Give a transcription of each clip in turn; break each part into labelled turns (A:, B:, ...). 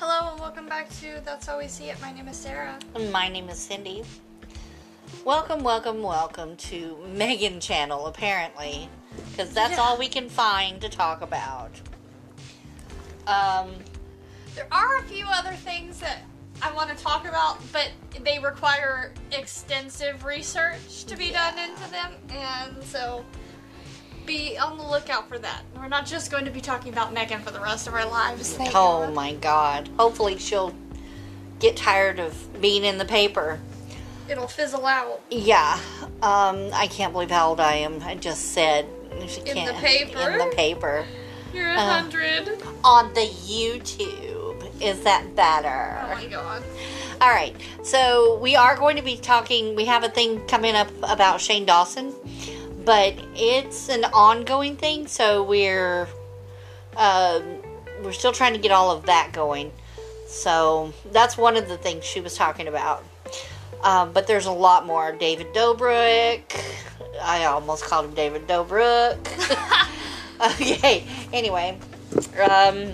A: welcome back to That's All We See It. My name is Sarah.
B: My name is Cindy. Welcome, welcome, welcome to Megan Channel, apparently, because that's
A: Yeah.
B: all we can find to talk about. Um,
A: There are a few other things that I want to talk about, but they require extensive research to be
B: Yeah.
A: done into them, and so be on the lookout for that. We're not just going to be talking about Megan for the rest of our lives. Thank
B: oh
A: God.
B: my God! Hopefully, she'll get tired of being in the paper.
A: It'll fizzle out.
B: Yeah. Um, I can't believe how old I am. I just said she
A: the
B: can't
A: paper?
B: in the paper
A: You're a
B: Uh.
A: hundred. Oh
B: on the YouTube. Is that better?
A: Oh my God.
B: All right. So we are going to be talking. We have a thing coming up about Shane Dawson, but it's an ongoing thing. So we're um, we're still trying to get all of that going. So that's one of the things she was talking about. Um, but there's a lot more. David Dobrik. I almost called him David Dobrik. okay. Anyway. Um,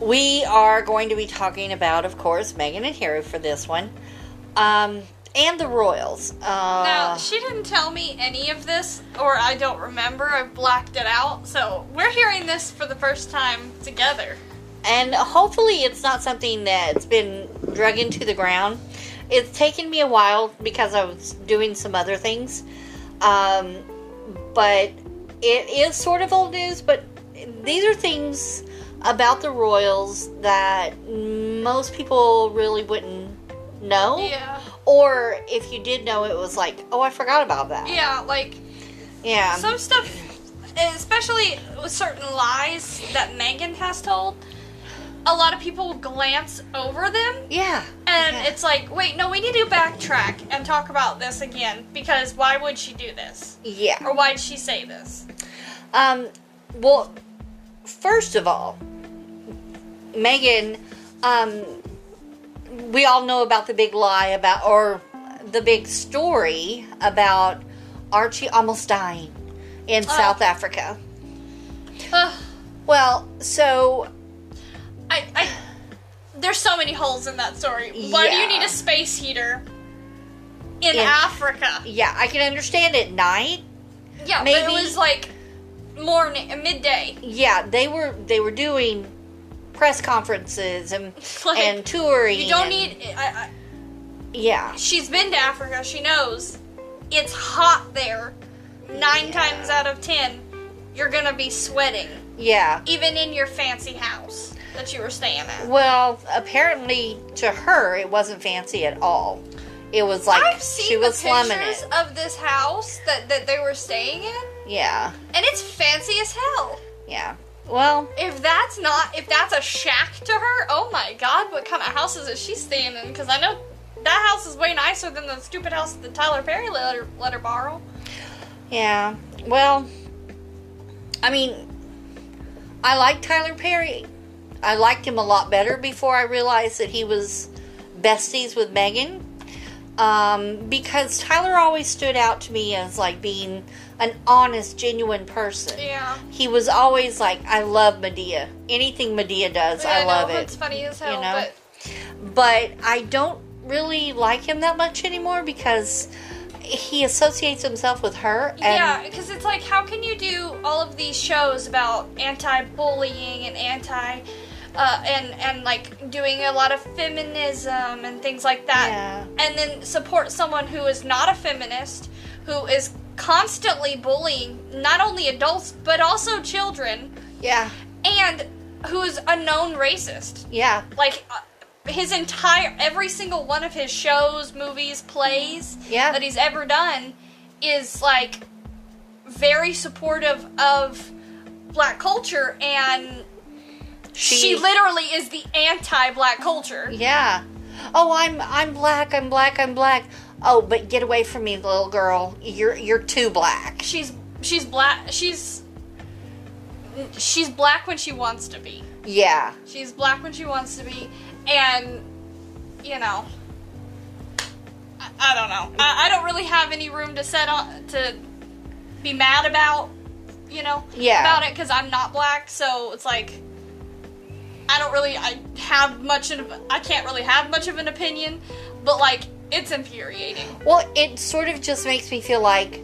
B: we are going to be talking about, of course, Megan and Harry for this one, um, and the Royals.
A: Now,
B: Uh,
A: she didn't tell me any of this, or I don't remember. I've blacked it out. So we're hearing this for the first time together.
B: and hopefully, it's not something that's been drug into the ground. It's taken me a while because I was doing some other things, um, but it is sort of old news. But these are things about the Royals that most people really wouldn't know.
A: Yeah.
B: Or if you did know, it was like, oh, I forgot about that.
A: Yeah, like
B: Yeah.
A: some stuff, especially with certain lies that Megan has told. A lot of people glance over them,
B: yeah.
A: and
B: yeah.
A: it's like, wait, no, we need to backtrack and talk about this again because why would she do this?
B: yeah.
A: Or why did she say this?
B: Um. Well, first of all, Megan, um, we all know about the big lie about or the big story about Archie almost dying in
A: Oh.
B: South Africa.
A: Ugh,
B: Well, so
A: I, I, there's so many holes in that story. Why do you
B: Yeah.
A: need a space heater in
B: Yeah.
A: Africa?
B: yeah, I can understand at night
A: Yeah, but
B: Maybe-
A: it was like morning, midday.
B: yeah they were they were doing press conferences and
A: Like,
B: and touring
A: You don't
B: and-
A: need. I, I,
B: yeah
A: she's been to Africa. She knows it's hot there. Nine times out of ten, you're gonna be sweating,
B: yeah
A: even in your fancy house that you were staying at.
B: well apparently to her it wasn't fancy at all it was like
A: I've seen
B: she was
A: the
B: slumming
A: pictures
B: it
A: of this house that that they were staying in,
B: yeah
A: and it's fancy as hell.
B: yeah well
A: If that's not, if that's a shack to her, oh my god, what kind of houses is she staying in? Because I know that house is way nicer than the stupid house that Tyler Perry let her, let her borrow.
B: yeah well i mean i like tyler perry i liked him a lot better before i realized that he was besties with megan um, because tyler always stood out to me as like being an honest genuine person
A: Yeah.
B: he was always like, I love Medea. Anything Medea does,
A: Yeah,
B: I,
A: know,
B: love
A: It's
B: it.
A: funny as hell,
B: you know?
A: but
B: But I don't really like him that much anymore because he associates himself with her. And
A: yeah, because it's like, how can you do all of these shows about anti-bullying and anti, uh, and and like doing a lot of feminism and things like that,
B: Yeah.
A: and then support someone who is not a feminist, who is constantly bullying not only adults but also children,
B: yeah,
A: and who is a known racist.
B: yeah,
A: Like uh, his entire, every single one of his shows, movies, plays
B: yeah.
A: that he's ever done is like very supportive of black culture and she, literally is the anti-black culture
B: yeah. Oh, I'm I'm black. I'm black. I'm black. Oh, but get away from me, little girl. You're you're too black.
A: she's she's black she's she's black when she wants to be
B: Yeah,
A: she's black when she wants to be and you know i, I don't know I, I don't really have any room to set on to be mad about you know
B: yeah.
A: about it because I'm not black, so it's like I don't really I have much of I can't really have much of an opinion, but like it's infuriating.
B: Well, it sort of just makes me feel like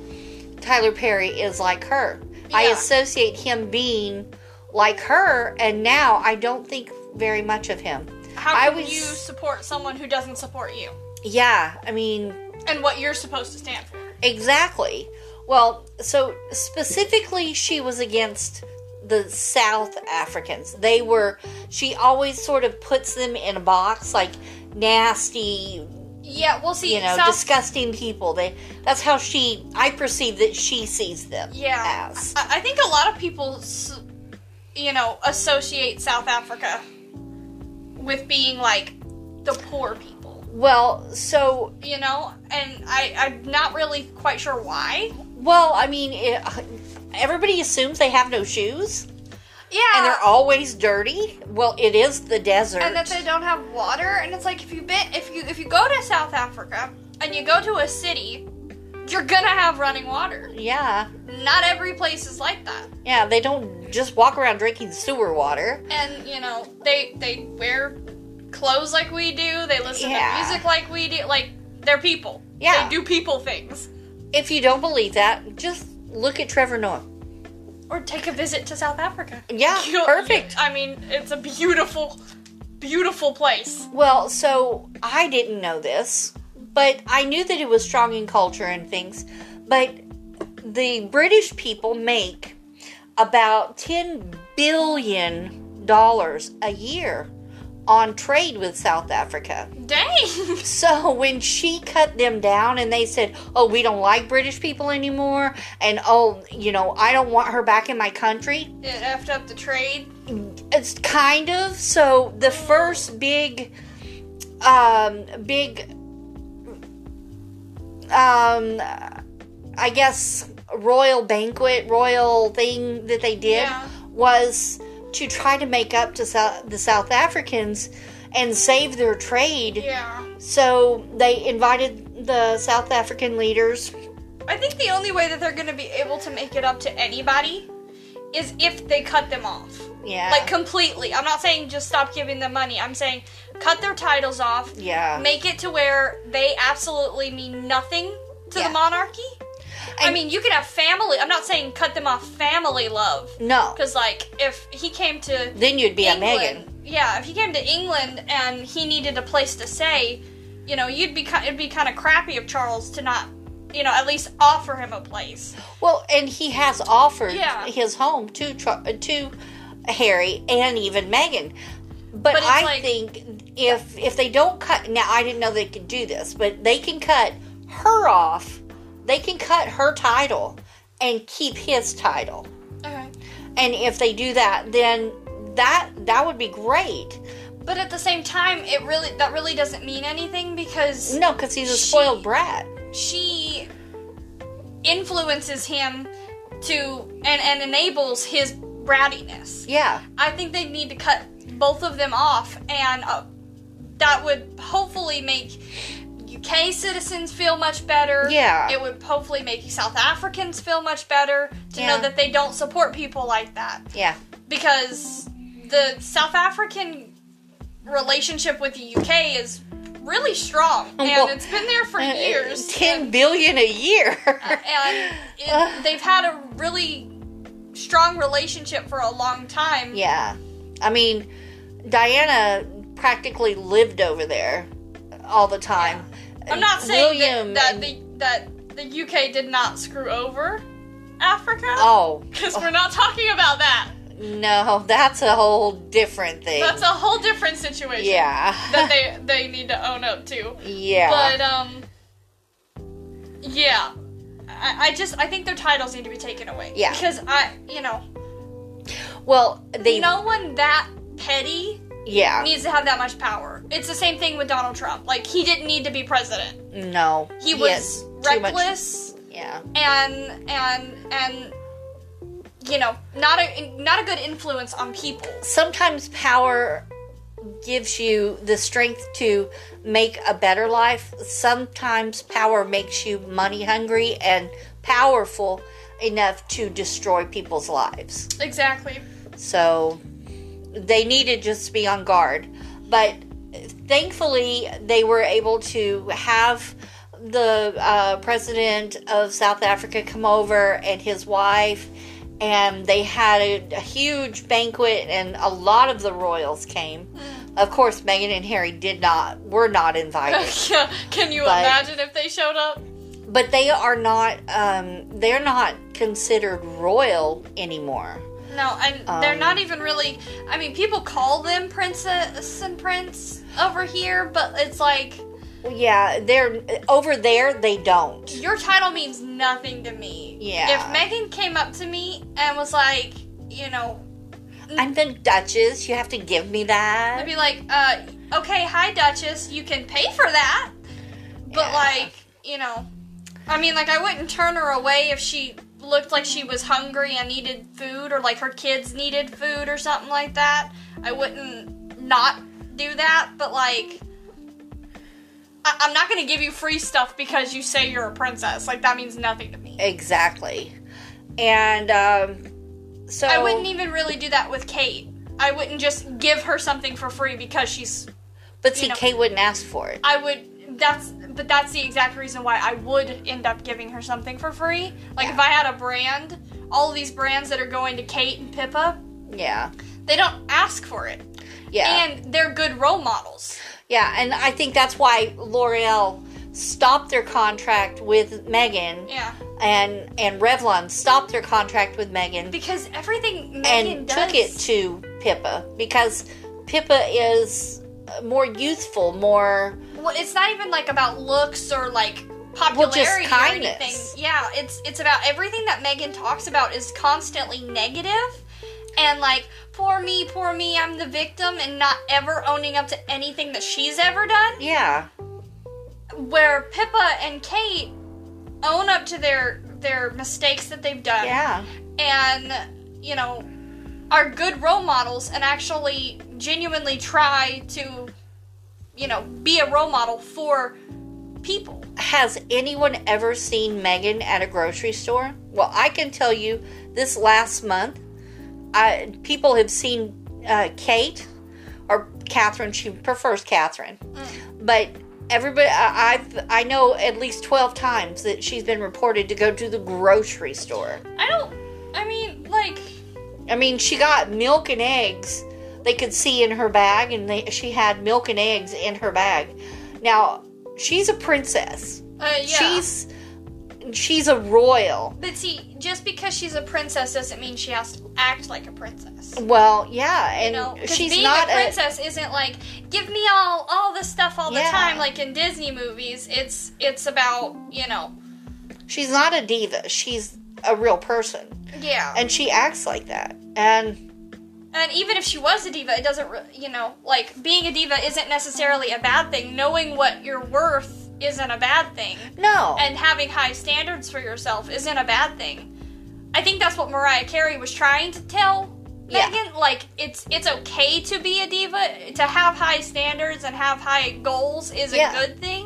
B: Tyler Perry is like her. I
A: Yeah.
B: associate him being like her, and now I don't think very much of him.
A: How
B: I
A: can
B: was-
A: you support someone who doesn't support you
B: Yeah, I mean,
A: and what you're supposed to stand for?
B: exactly. Well, so specifically, she was against the South Africans. They were, she always sort of puts them in a box, like nasty,
A: Yeah, well, see,
B: you know,
A: South-
B: disgusting people. They that's how she I perceive that she sees them.
A: yeah,
B: As.
A: I, I think a lot of people, s- you know, associate South Africa with being like the poor people,
B: Well, so
A: you know, and I, I'm not really quite sure why.
B: well, I mean, it, everybody assumes they have no shoes
A: Yeah,
B: and they're always dirty. Well, it is the desert.
A: and that they don't have water and it's like if you been if you if you go to South Africa and you go to a city you're gonna have running water
B: yeah,
A: not every place is like that
B: yeah, they don't just walk around drinking sewer water.
A: and you know they they wear clothes like we do they listen
B: Yeah.
A: to music like we do like they're people
B: Yeah.
A: they do people things
B: If you don't believe that, just look at Trevor Noah.
A: or take a visit to South Africa
B: Yeah,
A: You'll-
B: perfect.
A: I mean it's a beautiful beautiful place
B: Well, so I didn't know this, but I knew that it was strong in culture and things. But the British people make about $10 billion a year on trade with South Africa.
A: dang
B: So when she cut them down and they said, "Oh, we don't like British people anymore," and "Oh, you know, I don't want her back in my country,"
A: it effed up the trade
B: it's kind of so the first big um big um i guess royal banquet royal thing that they did
A: Yeah.
B: was to try to make up to Sou- the south africans and save their trade
A: yeah
B: so they invited the south african leaders
A: I think the only way that they're going to be able to make it up to anybody is if they cut them off.
B: yeah
A: Like completely. I'm not saying just stop giving them money. I'm saying cut their titles off.
B: yeah
A: Make it to where they absolutely mean nothing to
B: Yeah.
A: the monarchy. I
B: And-
A: mean, you can have family. I'm not saying cut them off family love.
B: no
A: Because, like, if he came to
B: then you'd be a megan
A: England, yeah, if he came to England and he needed a place to stay, you know, you'd be ki- it'd be kind of crappy of Charles to not, you know, at least offer him a place.
B: Well, and he has offered
A: Yeah.
B: his home to Tr- to Harry and even Meghan. But,
A: But it's
B: I
A: like-
B: think if if they don't cut now, I didn't know they could do this, but they can cut her off. They can cut her title and keep his title.
A: Okay.
B: And if they do that, then that that would be great.
A: But at the same time, it really that really doesn't mean anything because
B: No, because he's a
A: She-
B: spoiled brat.
A: she influences him to and and enables his brattiness.
B: Yeah,
A: I think they need to cut both of them off, and uh, that would hopefully make UK citizens feel much better.
B: Yeah.
A: It would hopefully make South Africans feel much better to
B: Yeah.
A: know that they don't support people like that.
B: yeah,
A: Because the South African relationship with the UK is really strong, and
B: Um, Well, uh,
A: it's been there for years. Uh, and-
B: ten billion a year.
A: and it, they've had a really strong relationship for a long time.
B: Yeah. I mean, Diana practically lived over there all the time.
A: I'm not saying
B: William
A: that, that
B: and-
A: the that the UK did not screw over Africa
B: Oh,
A: because we're not talking about that.
B: no, that's a whole different thing.
A: That's a whole different situation that
B: yeah.
A: they they need to own up to.
B: yeah.
A: But um, yeah, I, I just I think their titles need to be taken away.
B: Yeah.
A: because I you know
B: well, they
A: no one that petty
B: yeah.
A: needs to have that much power. It's the same thing with Donald Trump. Like he didn't need to be president.
B: No.
A: He
B: has
A: was
B: too much-
A: reckless.
B: Yeah.
A: and and and you know not a not a good influence on people
B: Sometimes power gives you the strength to make a better life. Sometimes power makes you money hungry and powerful enough to destroy people's lives.
A: exactly
B: So they needed just to be on guard. But thankfully, they were able to have the uh, president of South Africa come over and his wife, and they had a, a huge banquet, and a lot of the royals came. Of course, Meghan and Harry did not were not invited,
A: Can you
B: But-
A: imagine if they showed up?
B: but they are not um, they're not considered royal anymore.
A: No, and they're
B: Um,
A: not even really. I mean, people call them princess and prince over here, but it's like
B: Yeah, they're over there. They don't.
A: your title means nothing to me.
B: Yeah.
A: If Megan came up to me and was like, you know,
B: I'm the Duchess. You have to give me
A: I'd
B: that.
A: be like, uh, okay, hi, Duchess, you can pay for that. But,
B: Yeah.
A: like, you know, I mean, like, I wouldn't turn her away if she looked like she was hungry and needed food or, like, her kids needed food or something like that. I wouldn't not do that, but, like, I- I'm not gonna give you free stuff because you say you're a princess. Like, that means nothing to me.
B: Exactly. And um, so
A: I wouldn't even really do that with Kate. I wouldn't just give her something for free because she's
B: But see,
A: you know.
B: Kate wouldn't ask for it.
A: I would. That's but that's the exact reason why I would end up giving her something for free. Like if I had a brand, all of these brands that are going to Kate and Pippa,
B: Yeah.
A: they don't ask for it,
B: Yeah.
A: and they're good role models.
B: yeah. And I think that's why L'Oreal stopped their contract with Megan
A: Yeah,
B: and and Revlon stopped their contract with Megan
A: because everything Megan
B: and
A: does,
B: took it to Pippa because Pippa is more youthful, more
A: well, it's not even like about looks or like
B: just
A: popularity or
B: kindness.
A: anything. Yeah, it's it's about everything that Megan talks about is constantly negative and like poor me, poor me, I'm the victim and not ever owning up to anything that she's ever done.
B: yeah.
A: Where Pippa and Kate own up to their their mistakes that they've done
B: Yeah.
A: and you know are good role models and actually genuinely try to you know be a role model for people
B: Has anyone ever seen Megan at a grocery store? Well, I can tell you this last month, I, people have seen uh, Kate or Catherine. She prefers Catherine, but everybody I, I've I know at least twelve times that she's been reported to go to the grocery store.
A: i don't i mean like
B: I mean, she got milk and eggs. They could see in her bag, and they, she had milk and eggs in her bag. Now she's a princess.
A: uh, yeah
B: She's she's a royal.
A: but see just because she's a princess doesn't mean she has to act like a princess
B: Well, yeah, and
A: you know 'Cause
B: she's
A: being
B: not
A: a princess isn't like give me all all the stuff all
B: Yeah.
A: the time like in disney movies it's it's about you know
B: she's not a diva. She's a real person,
A: yeah
B: and she acts like that. And
A: And even if she was a diva, it doesn't, re- you know, like being a diva isn't necessarily a bad thing. Knowing what you're worth isn't a bad thing,
B: no,
A: and having high standards for yourself isn't a bad thing. I think that's what Mariah Carey was trying to tell
B: Yeah.
A: Megan. Like it's it's okay to be a diva, to have high standards and have high goals is
B: Yeah.
A: a good thing,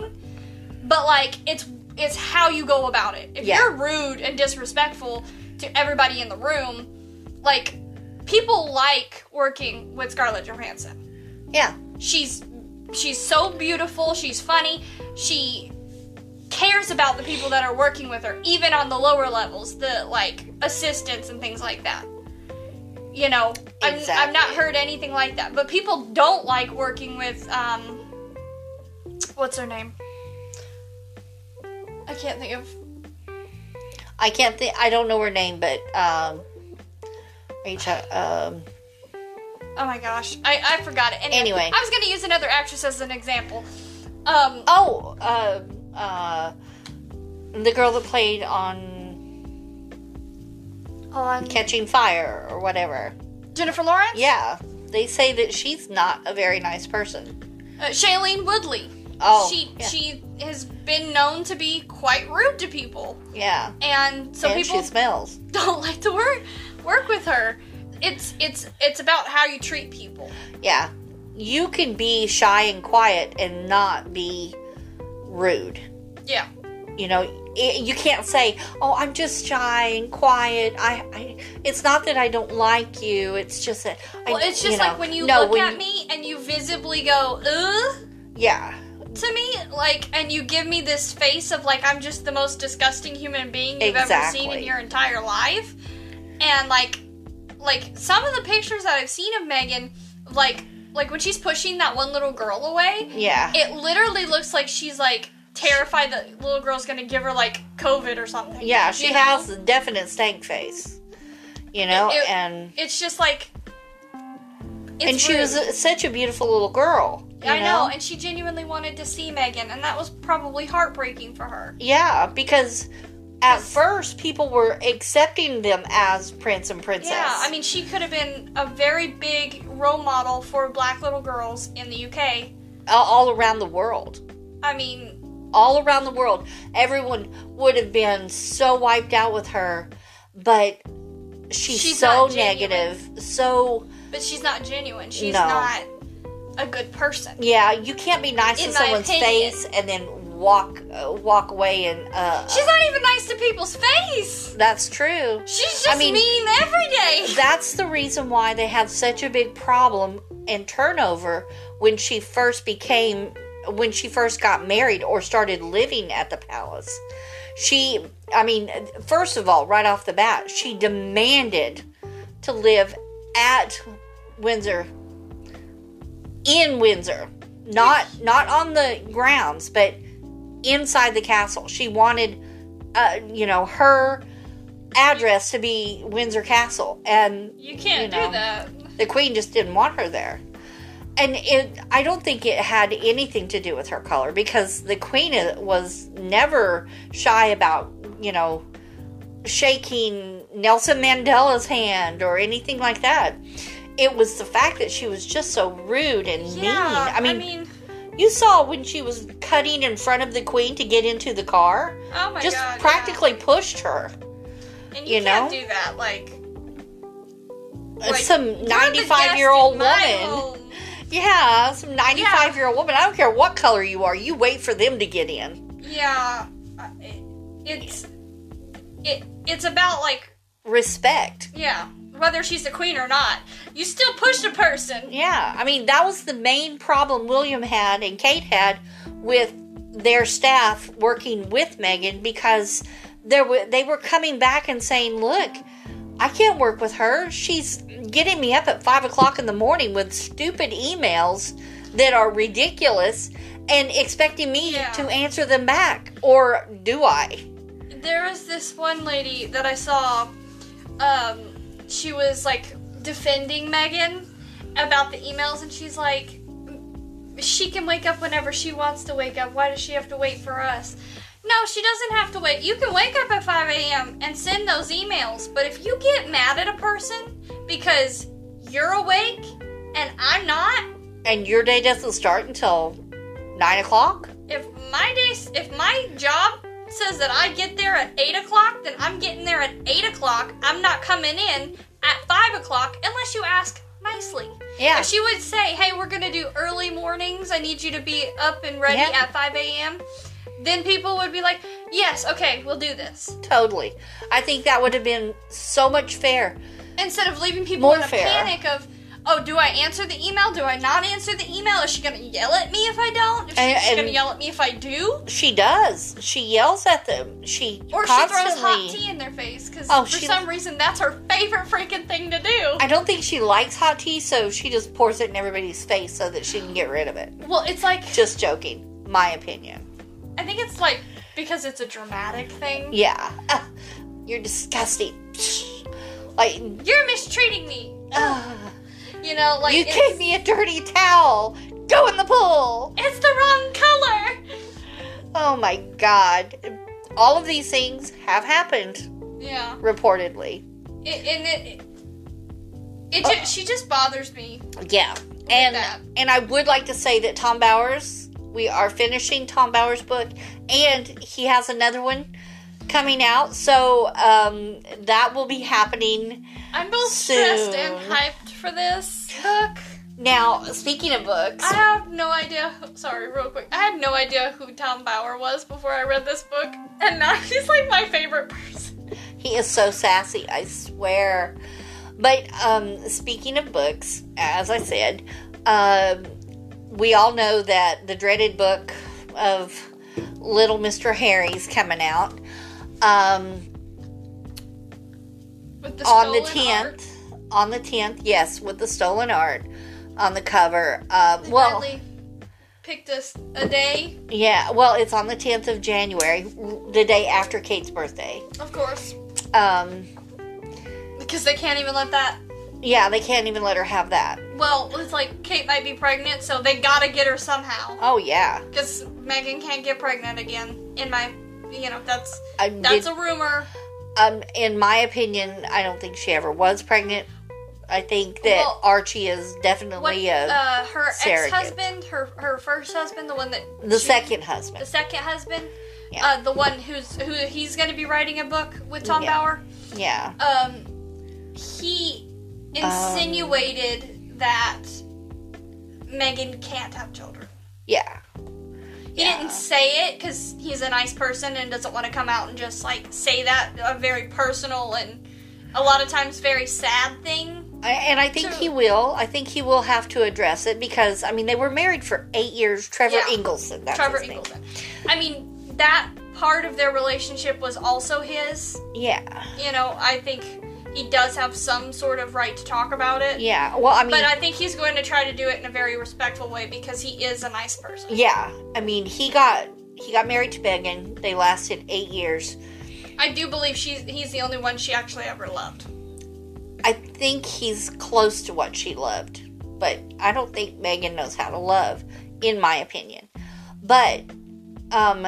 A: but like it's it's how you go about it. If
B: Yeah.
A: you're rude and disrespectful to everybody in the room, like people like working with Scarlett Johansson.
B: yeah,
A: She's she's so beautiful, she's funny, she cares about the people that are working with her, even on the lower levels, the like assistants and things like that. You know, I'm- I've not
B: Exactly.
A: heard anything like that. But people don't like working with um what's her name? I can't think of
B: I can't think. I don't know her name, but um, are you ta- um,
A: Oh my gosh, I, I forgot it.
B: Anyway.
A: I was gonna use another actress as an example. Um,
B: oh, um, uh, the girl that played on
A: on
B: Catching Fire or whatever.
A: Jennifer Lawrence.
B: Yeah, they say that she's not a very nice person.
A: Uh, Shailene Woodley.
B: Oh,
A: she
B: yeah.
A: she has been known to be quite rude to people,
B: Yeah,
A: and so
B: and
A: people
B: she smells.
A: don't like to work work with her. It's it's it's about how you treat people.
B: Yeah. You can be shy and quiet and not be rude.
A: Yeah,
B: You know, i you can't say, "Oh, I'm just shy and quiet." I, I it's not that I don't like you. It's just that I,
A: Well, it's just
B: know.
A: like when you
B: No,
A: look
B: when
A: at
B: you-
A: me and you visibly go, ugh,
B: Yeah.
A: to me, like, and you give me this face of, like, I'm just the most disgusting human being you've ever seen in
B: Exactly.
A: your entire life. And, like, like, some of the pictures that I've seen of Megan, like, like when she's pushing that one little girl away,
B: Yeah.
A: it literally looks like she's, like, terrified that little girl's gonna give her, like, COVID or something.
B: yeah, she
A: you know?
B: has a definite stank face. You know,
A: It-
B: and
A: It's just, like, it's
B: and she
A: rude.
B: was a- such a beautiful little girl. you
A: I know, and she genuinely wanted to see Megan, and that was probably heartbreaking for her.
B: Yeah, because at first people were accepting them as prince and princess.
A: Yeah, I mean, she could have been a very big role model for black little girls in the UK.
B: all all around the world.
A: I mean,
B: All around the world, everyone would have been so wiped out with her, but she's,
A: She's
B: so
A: not genuine.
B: negative. So,
A: but she's not genuine. She's
B: No.
A: not a good person.
B: yeah, you can't be nice
A: In
B: to
A: my
B: someone's
A: opinion.
B: face and then walk uh, walk away and uh
A: She's not even nice to people's face.
B: that's true.
A: She's just
B: I mean-
A: mean every day.
B: That's the reason why they had such a big problem in turnover when she first became when she first got married or started living at the palace. She I mean, first of all, right off the bat, she demanded to live at Windsor in Windsor. Not not on the grounds, but inside the castle. She wanted uh, you know, her address to be Windsor Castle and
A: You can't
B: you know.
A: do that.
B: the queen just didn't want her there and it i don't think it had anything to do with her color because the queen i- was never shy about you know shaking nelson mandela's hand or anything like that it was the fact that she was just so rude and mean
A: Yeah,
B: I mean, you saw when she was cutting in front of the queen to get into the car
A: oh my
B: just
A: god, yeah.
B: practically pushed her
A: And you,
B: you
A: can't
B: know?
A: do that. Like, Like,
B: some
A: you're the
B: 95
A: guest
B: year old
A: in my
B: woman
A: home.
B: Yeah, some 95
A: Yeah.
B: year old woman. I don't care what color you are, you wait for them to get in.
A: Yeah, I- it, it's it it's about like
B: Respect.
A: yeah, whether she's the queen or not, you still push the person.
B: Yeah, I mean, that was the main problem William had and Kate had with their staff working with Megan because there were, they were coming back and saying, Look, I can't work with her. She's getting me up at five o'clock in the morning with stupid emails that are ridiculous and expecting me
A: Yeah.
B: to answer them back. Or do I?
A: There was this one lady that I saw. Um, she was like defending Megan about the emails, and she's like, she can wake up whenever she wants to wake up. Why does she have to wait for us? No, she doesn't have to wait. You can wake up at 5 a.m. and send those emails, but if you get mad at a person because you're awake and I'm not,
B: And your day doesn't start until nine o'clock?
A: if my day, if my job says that I get there at 8 o'clock, then I'm getting there at 8 o'clock. I'm not coming in at 5 o'clock unless you ask nicely.
B: Yeah.
A: If she would say, "Hey, we're gonna do early mornings. I need you to be up and ready
B: Yeah.
A: at 5 a.m." Then people would be like, "Yes, okay, we'll do this,"
B: totally. I think that would have been so much fair.
A: instead of leaving people
B: More
A: in a
B: fair.
A: panic of, "Oh, do I answer the email? Do I not answer the email? Is she gonna yell at me if I don't? Is she
B: And-
A: she's gonna
B: and-
A: yell at me if I do?"
B: She does. She yells at them. She
A: Or
B: constantly.
A: she throws hot tea in their face because
B: Oh,
A: for
B: she-
A: some reason that's her favorite freaking thing to do.
B: I don't think she likes hot tea, so she just pours it in everybody's face so that she can get rid of it.
A: well, it's like
B: Just joking, my opinion.
A: I think it's like because it's a dramatic thing.
B: Yeah, Ah, you're disgusting. Like,
A: You're mistreating me.
B: ah,
A: You know, like
B: you
A: it's-
B: gave me a dirty towel. Go in the pool.
A: It's the wrong color.
B: Oh my god. All of these things have happened,
A: Yeah,
B: reportedly.
A: it, and it, it, ju-
B: Oh.
A: she just bothers me.
B: Yeah. And
A: that.
B: and I would like to say that Tom Bowers, we are finishing Tom Bowers' book and he has another one coming out. So um that will be happening
A: I'm both
B: So-
A: stressed and hyped for this book.
B: Now, speaking of books,
A: I have no idea. Sorry, real quick. I had no idea who Tom Bauer was before I read this book, and now he's like my favorite person.
B: he is so sassy, I swear. But um, speaking of books, as I said, um, we all know that the dreaded book of Little Mr. Harry's coming out um,
A: With the
B: on the
A: stolen art.
B: 10th. On the 10th, yes, with the stolen art on the cover. Um,
A: They
B: well,
A: finally picked us a day,
B: yeah, well, it's on the 10th of January, the day after Kate's birthday.
A: of course,
B: Um,
A: because they can't even let that.
B: yeah, they can't even let her have that.
A: Well, it's like Kate might be pregnant, so they gotta get her somehow.
B: Oh, yeah.
A: Because Megan can't get pregnant again. In my, you know, that's
B: I
A: that's
B: did-
A: a rumor.
B: um, in my opinion, I don't think she ever was pregnant. I think that
A: Well,
B: Archie is
A: What?
B: definitely uh
A: Uh, her
B: surrogate.
A: ex-husband, her her first husband, the one that
B: the
A: she-
B: second
A: the
B: husband.
A: second husband,
B: Yeah.
A: uh, the one who's who he's going to be writing a book with Tom
B: Yeah.
A: Bauer.
B: Yeah,
A: Um, he insinuated that Megan can't have children.
B: yeah,
A: He
B: Yeah.
A: didn't say it because he's a nice person and doesn't want to come out and just like say that a very personal and a lot of times very sad thing.
B: I, and I think
A: So-
B: he will. I think he will have to address it because I mean they were married for eight years. Trevor
A: Yeah.
B: Ingleson. That's
A: Trevor
B: his name.
A: Ingleson. I mean, that part of their relationship was also his.
B: Yeah,
A: You know, I think he does have some sort of right to talk about it.
B: yeah. Well, I mean,
A: But I think he's going to try to do it in a very respectful way because he is a nice person.
B: yeah. I mean, he got he got married to Megan. They lasted eight years.
A: I do believe she's he's the only one she actually ever loved.
B: I think he's close to what she loved, but I don't think Megan knows how to love, in my opinion. But um,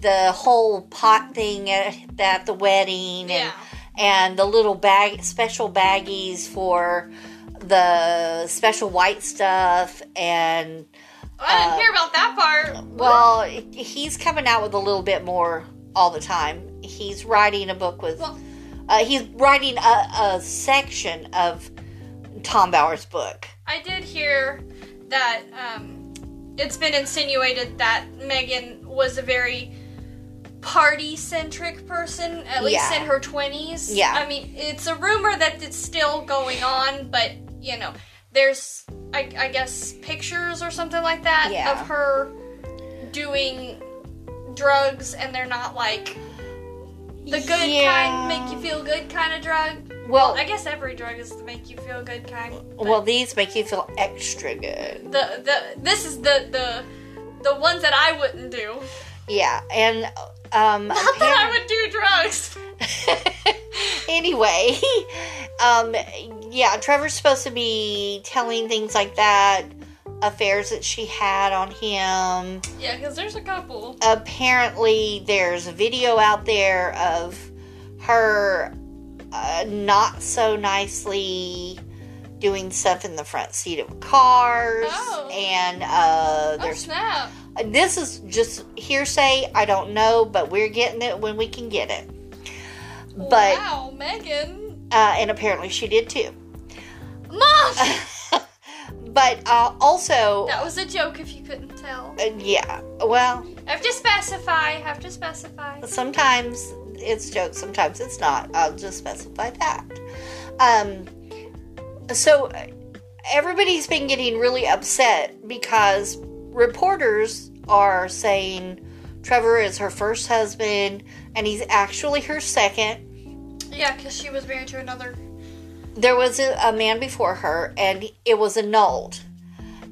B: the whole pot thing at, at the wedding and,
A: Yeah.
B: and the little bag special baggies for the special white stuff and
A: I didn't hear about that part.
B: well he's coming out with a little bit more all the time he's writing a book with
A: Well-
B: uh, he's writing a, a section of tom bauer's book
A: I did hear that um, it's been insinuated that Megan was a very party centric person, at least
B: Yeah.
A: in her 20s.
B: Yeah.
A: I mean, it's a rumor that it's still going on, but, you know, there's, I, I guess, pictures or something like that
B: Yeah.
A: of her doing drugs and they're not like the good kind,
B: Yeah.
A: make you feel good kind of drug.
B: well
A: I guess every drug is the make you feel good kind. but-
B: well these make you feel extra good
A: the the this is the the the ones that I wouldn't do.
B: yeah and um
A: Not that I would do drugs.
B: anyway, um, yeah, Trevor's supposed to be telling things like that, affairs that she had on him.
A: Yeah, because there's a couple.
B: Apparently, there's a video out there of her uh, not so nicely doing stuff in the front seat of cars,
A: Oh.
B: and uh,
A: Oh
B: there's
A: snap!
B: this is just hearsay. I don't know, but we're getting it when we can get it. But
A: wow, Megan,
B: uh, and apparently she did too.
A: mom,
B: but uh, also,
A: that was a joke if you couldn't tell.
B: uh, yeah. Well,
A: Have to specify. Have to specify.
B: sometimes it's jokes, sometimes it's not. I'll just specify that. Um, so uh, everybody's been getting really upset because reporters are saying Trevor is her first husband, and he's actually her second.
A: Yeah, because she was married to another.
B: there was a, a man before her and it was annulled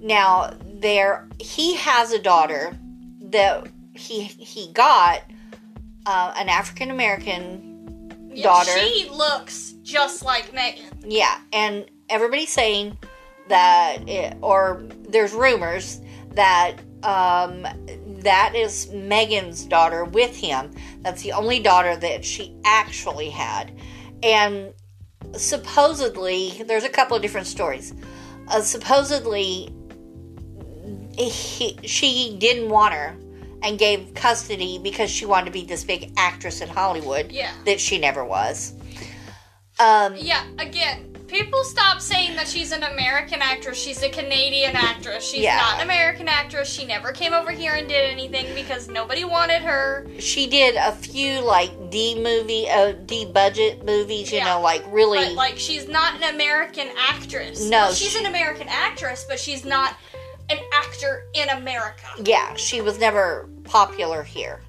B: now there he has a daughter that he he got uh, an african american
A: Yeah,
B: Daughter.
A: She looks just like Megan.
B: yeah and everybody's saying that it, or there's rumors that um that is megan's daughter with him that's the only daughter that she actually had and supposedly there's a couple of different stories uh, supposedly he, she didn't want her and gave custody because she wanted to be this big actress in hollywood
A: Yeah.
B: that she never was um
A: Yeah. Again, People stop saying that she's an American actress. She's a Canadian actress. She's
B: Yeah.
A: not an American actress. She never came over here and did anything because nobody wanted her.
B: She did a few like D movie, uh, D budget movies. You
A: Yeah.
B: know, like really.
A: But like, she's not an American actress.
B: No,
A: Well, she's
B: she-
A: an American actress, but she's not an actor in America.
B: yeah, she was never popular here.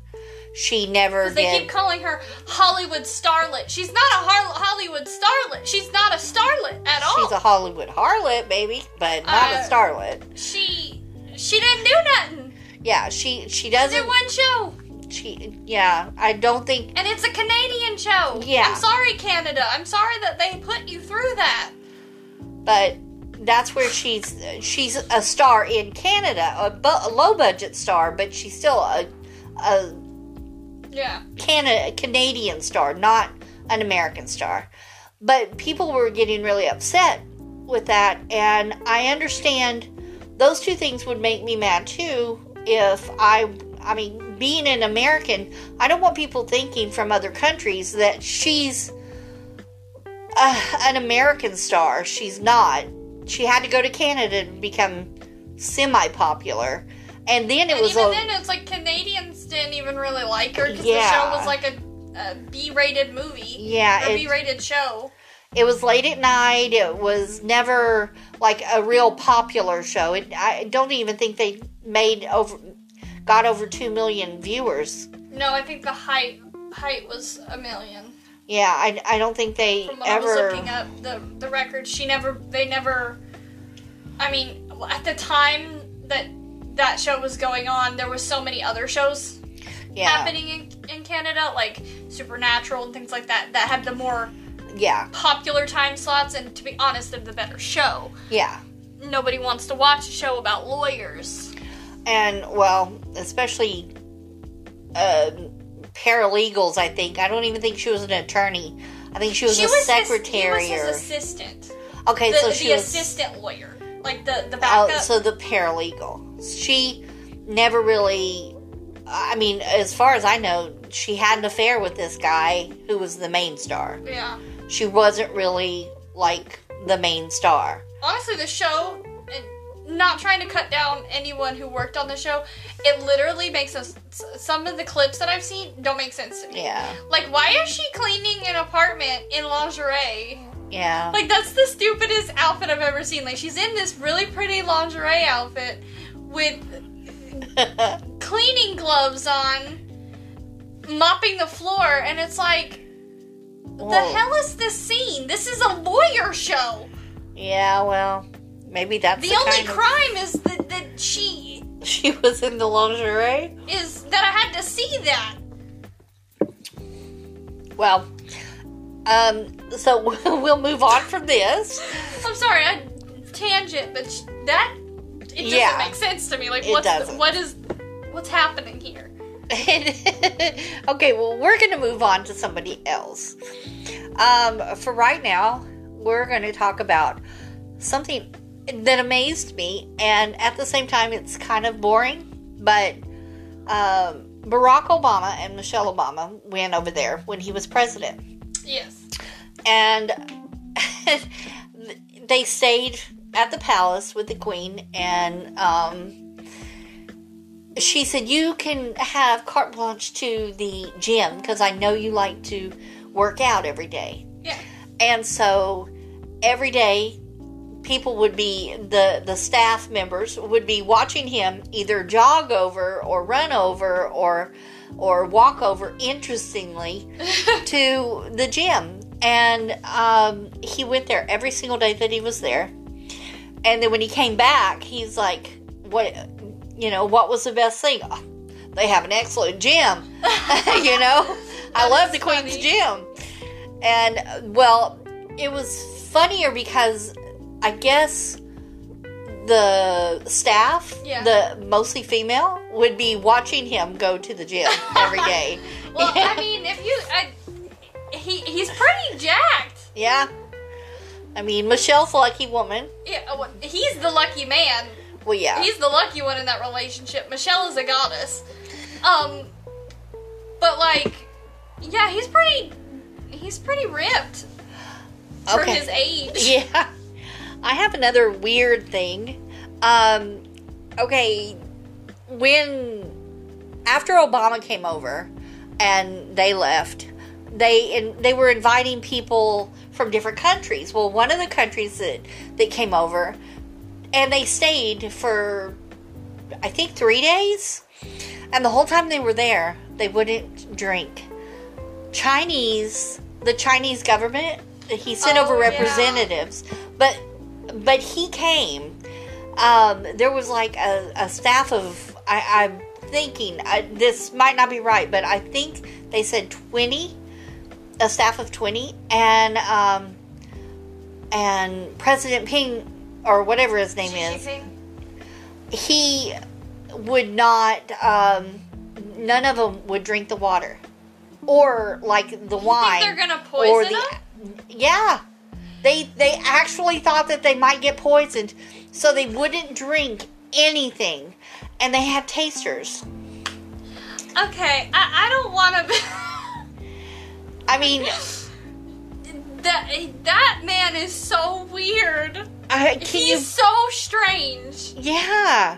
B: She never
A: They keep
B: did.
A: calling her Hollywood starlet. She's not a Har- Hollywood starlet. She's not a starlet at all.
B: She's a Hollywood harlot, baby, but not
A: Uh,
B: a starlet.
A: she she didn't do nothing.
B: Yeah, she she
A: Did
B: doesn't.
A: one show,
B: She yeah, I don't think.
A: and it's a Canadian show.
B: Yeah.
A: I'm sorry, Canada. I'm sorry that they put you through that.
B: But that's where she's she's a star in Canada, a, bu- a low budget star, but she's still a a
A: Yeah.
B: Canada Canadian star, not an American star. But people were getting really upset with that, and I understand those two things would make me mad too. If I, I mean, being an American, I don't want people thinking from other countries that she's uh, an American star. She's not. She had to go to Canada to become semi-popular, and then it
A: And
B: was
A: even
B: a,
A: then, it's like Canadians didn't even really like her because
B: Yeah.
A: the show was like a, a B-rated movie
B: yeah,
A: or
B: it-
A: B-rated show.
B: It was late at night. It was never like a real popular show. It, I don't even think they made over, got over two million viewers.
A: No, I think the height height was a million.
B: Yeah, I, I don't think they
A: From what I
B: ever.
A: was looking up the the record, she never they never. I mean, at the time that that show was going on, there was so many other shows
B: yeah,
A: happening in, in Canada, like Supernatural and things like that, that had the more
B: yeah,
A: popular time slots and, to be honest, of the better show.
B: yeah,
A: Nobody wants to watch a show about lawyers.
B: and well, especially uh, paralegals. I think I don't even think she was an attorney. I think she was a
A: his-
B: secretary
A: he was
B: or
A: his assistant.
B: okay.
A: The,
B: so
A: the
B: she was
A: assistant lawyer, like the the
B: Oh,
A: backup.
B: so the paralegal. She never really. I mean, as far as I know, she had an affair with this guy who was the main star.
A: yeah.
B: She wasn't really like the main star.
A: honestly the show and not trying to cut down anyone who worked on the show it literally makes us some of the clips that i've seen don't make sense to me
B: Yeah,
A: like why is she cleaning an apartment in lingerie
B: yeah,
A: like that's the stupidest outfit i've ever seen like she's in this really pretty lingerie outfit with cleaning gloves on mopping the floor and it's like
B: Well,
A: the hell is this scene this is a lawyer show
B: Yeah, well, maybe that's
A: the,
B: the,
A: only
B: kind of-
A: crime is that, that she
B: she was in the lingerie.
A: is that I had to see that.
B: Well, um, so we'll move on from this.
A: I'm sorry, I tangent, but sh- that it doesn't
B: Yeah.
A: make sense to me. Like,
B: It
A: what's the,
B: doesn't.
A: what is what's happening here?
B: okay, well, we're going to move on to somebody else. Um, for right now, we're going to talk about something that amazed me, and at the same time, it's kind of boring, but um, Barack Obama and Michelle Obama went over there when he was president,
A: Yes,
B: and they stayed at the palace with the queen, and um, she said you can have carte blanche to the gym because i know you like to work out every day
A: yeah,
B: and so every day people would be the the staff members would be watching him either jog over or run over or or walk over interestingly to the gym and um, he went there every single day that he was there and then when he came back he's like what you know what was the best thing "Oh, they have an excellent gym you know i love the
A: is
B: queen's
A: funny.
B: gym and uh, well it was funnier because i guess the staff
A: Yeah.
B: the mostly female would be watching him go to the gym every day
A: Well, I mean, if you, I, he he's pretty jacked.
B: yeah i mean michelle's a lucky woman
A: Yeah, uh, what- he's the lucky man.
B: well yeah
A: He's the lucky one in that relationship. Michelle is a goddess. Um, but like, yeah, he's pretty, he's pretty ripped. for
B: Okay.
A: his age.
B: Yeah. I have another weird thing. Um, okay, when after Obama came over and they left, they and they were inviting people from different countries. Well, one of the countries that that came over and they stayed for I think 3 days. And the whole time they were there, they wouldn't drink. Chinese, the Chinese government, he sent
A: Oh,
B: over
A: yeah.
B: representatives, but but he came. Um, there was like a, a staff of I, I'm thinking I, this might not be right, but I think they said 20, a staff of 20, and um, and President Ping or whatever his name
A: Xi
B: is,
A: Jinping.
B: he would not um none of them would drink the water or like the wine
A: they're gonna
B: or
A: poison
B: yeah they they actually thought that they might get poisoned so they wouldn't drink anything and they had tasters
A: Okay, I, I don't want
B: i mean
A: to. that that man is so weird.
B: I, can
A: He's so strange.
B: you yeah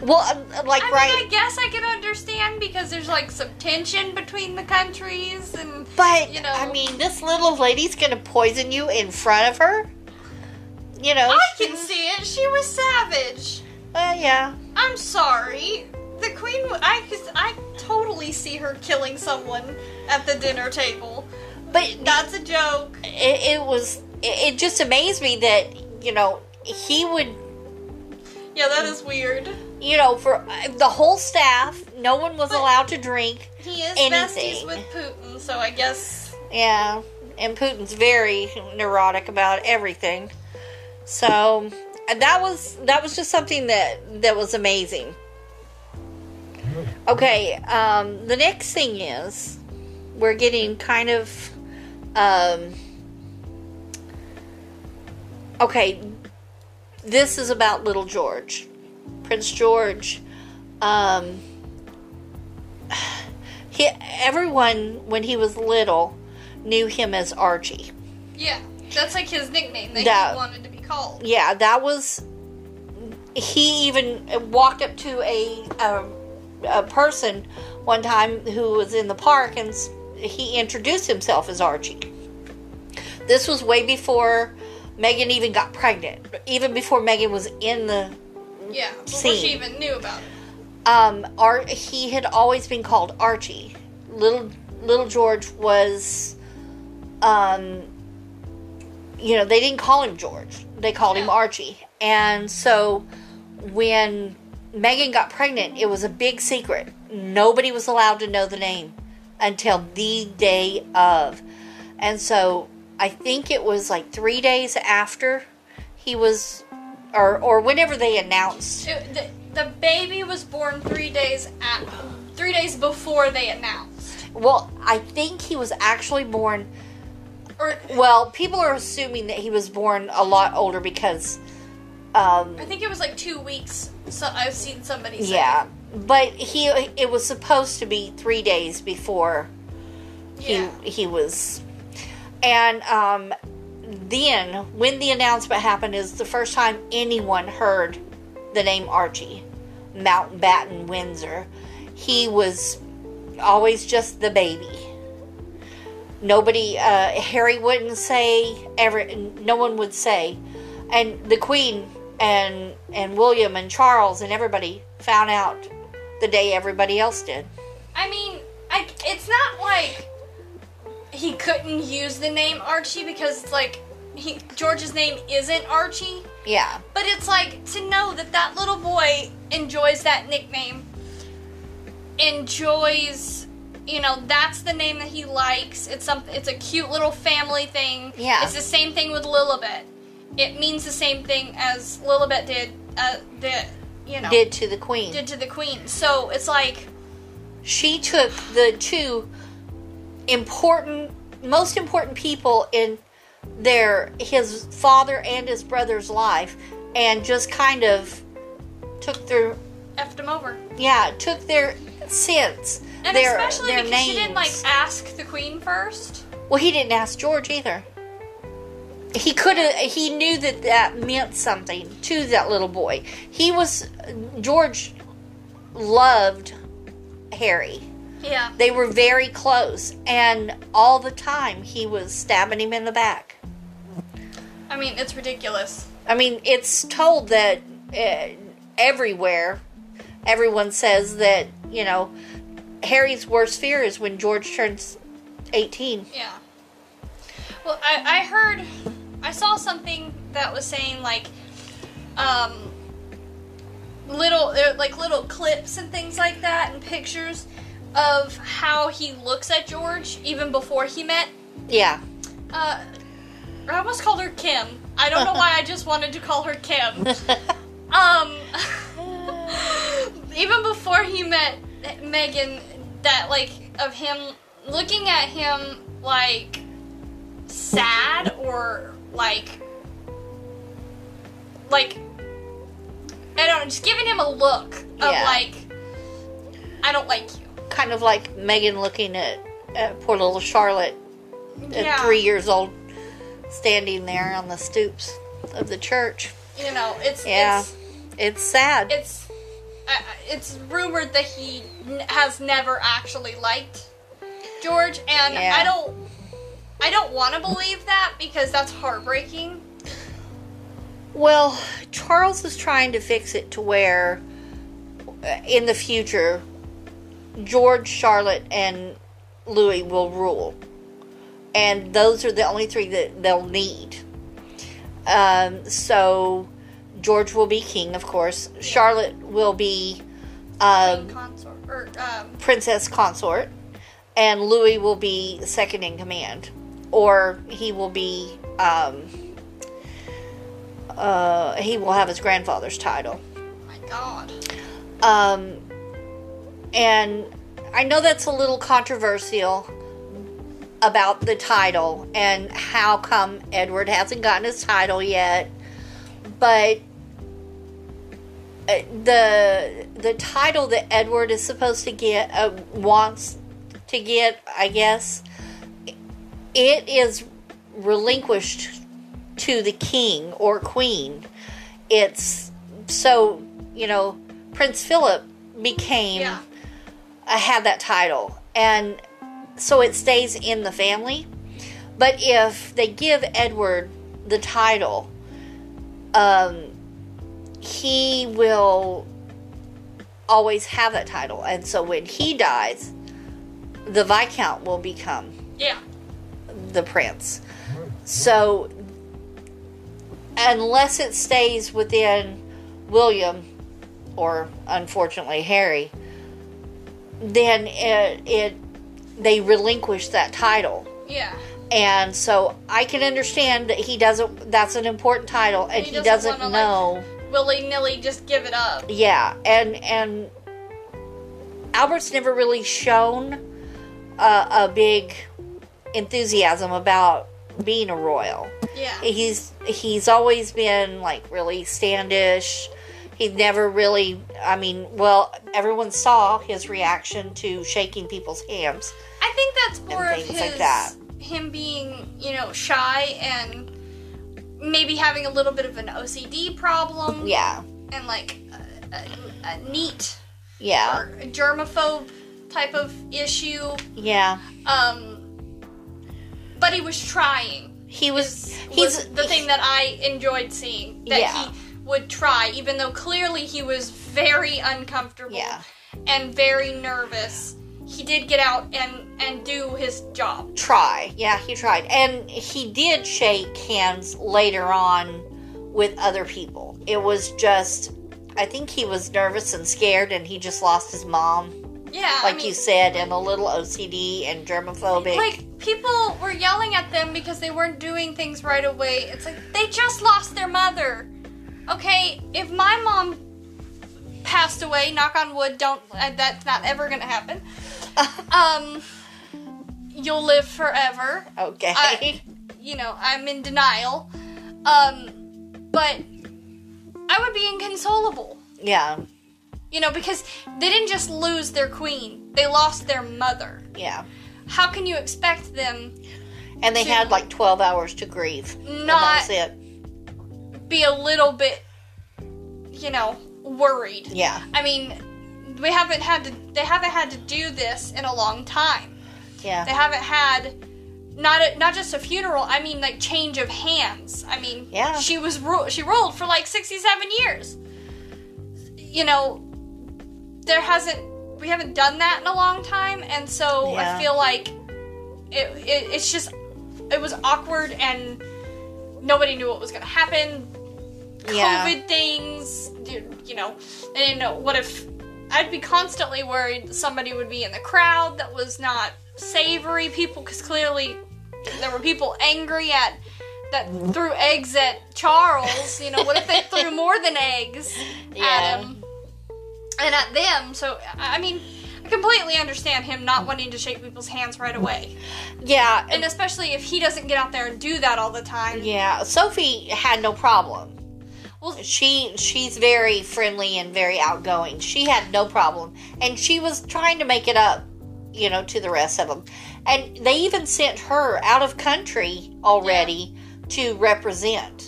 B: well uh, like
A: I
B: right
A: mean, I guess I can understand because there's like some tension between the countries, and
B: but
A: you know-
B: i mean this little lady's gonna poison you in front of her you know
A: I
B: she-
A: can see it. She was savage.
B: well, yeah
A: I'm sorry. The queen, w- I, I totally see her killing someone at the dinner table.
B: But
A: That's a joke.
B: it, it was. It, it just amazed me that you know he would.
A: Yeah, that is weird.
B: You know, for uh, the whole staff, no one was
A: But-
B: allowed to drink.
A: He is
B: Anything.
A: besties with Putin, so I guess.
B: Yeah, and Putin's very neurotic about everything. So and that was that was just something that that was amazing. Okay, um, the next thing is we're getting kind of um, okay. This is about little George, Prince George. Um, he, everyone when he was little knew him as Archie.
A: Yeah, that's like his nickname that,
B: That-
A: he wanted to be called.
B: yeah, that was. He even walked up to a a, a person one time who was in the park, and s- he introduced himself as Archie. This was way before Megan even got pregnant, even before Megan was in the
A: Yeah, before
B: Seen.
A: she even knew about it.
B: um, Ar- he had always been called Archie. Little Little George was, um, you know, they didn't call him George; they called him
A: Yeah.
B: Archie. And so, when Megan got pregnant, it was a big secret. Nobody was allowed to know the name until the day of. And so, I think it was like three days after he was, or or whenever they announced.
A: It- the, the baby was born three days at, three days before they announced.
B: Well, I think he was actually born.
A: Or
B: Well, people are assuming that he was born a lot older because, um,
A: I think it was like two weeks. So I've seen somebody. Say.
B: yeah. But he, it was supposed to be three days before he
A: Yeah.
B: he was, and um, then when the announcement happened is the first time anyone heard the name Archie Mountbatten Windsor. He was always just the baby. nobody uh, harry wouldn't say ever no one would say and the queen and and william and charles and everybody found out the day everybody else did
A: I mean, I, it's not like he couldn't use the name Archie because like he, George's name isn't Archie,
B: yeah
A: but it's like to know that that little boy enjoys that nickname, enjoys. You know, that's the name that he likes. It's something. It's a cute little family thing.
B: Yeah.
A: It's the same thing with Lilibet. It means the same thing as Lilibet did. Uh, the you know
B: did to the queen
A: did to the queen. So it's like
B: she took the two important most important people in their his father and his brother's life and just kind of took their
A: effed him over.
B: yeah took their sense
A: And
B: their,
A: especially
B: their
A: because
B: names.
A: she didn't like ask the queen first.
B: Well, he didn't ask George either. he could have he knew that that meant something to that little boy he was george loved harry
A: Yeah.
B: they were very close and all the time he was stabbing him in the back
A: I mean, it's ridiculous.
B: i mean it's told that uh, everywhere everyone says that you know harry's worst fear is when george turns 18
A: Yeah. Well, I, I heard, I saw something that was saying like, um, little uh, like little clips and things like that and pictures of how he looks at George even before he met.
B: yeah
A: Uh, I almost called her Kim. I don't know why I just wanted to call her Kim. Um, even before he met Megan, that like of him looking at him like sad or like like I don't know, just giving him a look of
B: Yeah.
A: like I don't like you.
B: kind of like Megan looking at, at poor little Charlotte at
A: Yeah.
B: three years old, standing there on the stoops of the church.
A: You know, it's
B: Yeah,
A: it's
B: it's, sad.
A: it's uh, it's rumored that he n- has never actually liked George, and
B: Yeah.
A: I don't I don't want to believe that because that's heartbreaking.
B: well, Charles is trying to fix it to where, uh, in the future, George, Charlotte, and Louis will rule, and those are the only three that they'll need. Um, so George will be king, of course. Charlotte will be um,
A: consort or um,
B: princess consort, and Louis will be second in command, or he will be um, uh, he will have his grandfather's title.
A: my God,
B: Um, and I know that's a little controversial about the title and how come Edward hasn't gotten his title yet, but uh, the the title that Edward is supposed to get uh, wants to get, I guess, it is relinquished to the king or queen. It's so you know Prince Philip became
A: yeah,
B: I had that title. And so it stays in the family. But if they give Edward the title, um, he will always have that title. And so when he dies, the Viscount will become
A: yeah,
B: the prince. So, unless it stays within William, or unfortunately Harry, then it, it they relinquish that title.
A: yeah.
B: And so I can understand that he doesn't. That's an important title, and
A: He
B: he,
A: doesn't wanna, like-
B: doesn't, know.
A: Willy nilly, just give it up.
B: Yeah, and and Albert's never really shown uh, a big enthusiasm about being a royal.
A: Yeah,
B: He's he's always been like really standish. He never really, I mean, well, everyone saw his reaction to shaking people's hands.
A: I think that's more of his
B: things like that.
A: him being you know shy and maybe having a little bit of an OCD problem
B: Yeah,
A: and like a, a, a neat
B: yeah,
A: or a germaphobe type of issue.
B: yeah.
A: Um, but he was trying.
B: He was he's
A: was the thing that I enjoyed seeing that
B: Yeah.
A: he would try, even though clearly he was very uncomfortable
B: Yeah.
A: and very nervous. He did get out and and do his job.
B: try. Yeah, he tried. And he did shake hands later on with other people. It was just, I think he was nervous and scared, and he just lost his mom,
A: Yeah,
B: like
A: I mean,
B: you said, and a little OCD and germophobic.
A: like people were yelling at them because they weren't doing things right away. It's like they just lost their mother. Okay, if my mom passed away, knock on wood, don't uh, that's not ever gonna happen. Um, you'll live forever.
B: okay.
A: I- You know, I'm in denial. Um, but I would be inconsolable.
B: yeah,
A: You know, because they didn't just lose their queen; they lost their mother.
B: yeah.
A: How can you expect them
B: And they
A: to
B: had like 12 hours to grieve. and
A: Not-
B: that was it.
A: be a little bit, you know, worried.
B: Yeah.
A: I mean, we haven't had to. They haven't had to do this in a long time. They
B: Yeah.
A: haven't had not a, not just a funeral. I mean, like change of hands. I mean,
B: Yeah.
A: she was ru- she ruled for like sixty seven years. You know, there hasn't we haven't done that in a long time, and so
B: Yeah.
A: I feel like it, it it's just it was awkward and nobody knew what was gonna happen.
B: Yeah.
A: COVID things, you you know, they didn't know what if I'd be constantly worried somebody would be in the crowd that was not savory people because clearly there were people angry at that threw eggs at Charles. You know, what if they threw more than eggs
B: Yeah.
A: at him and at them? So I I mean, I completely understand him not wanting to shake people's hands right away,
B: Yeah.
A: and especially if he doesn't get out there and do that all the time.
B: Yeah. Sophie had no problem.
A: Well,
B: She she's very friendly and very outgoing. She had no problem, and she was trying to make it up, you know, to the rest of them. And they even sent her out of country already to represent.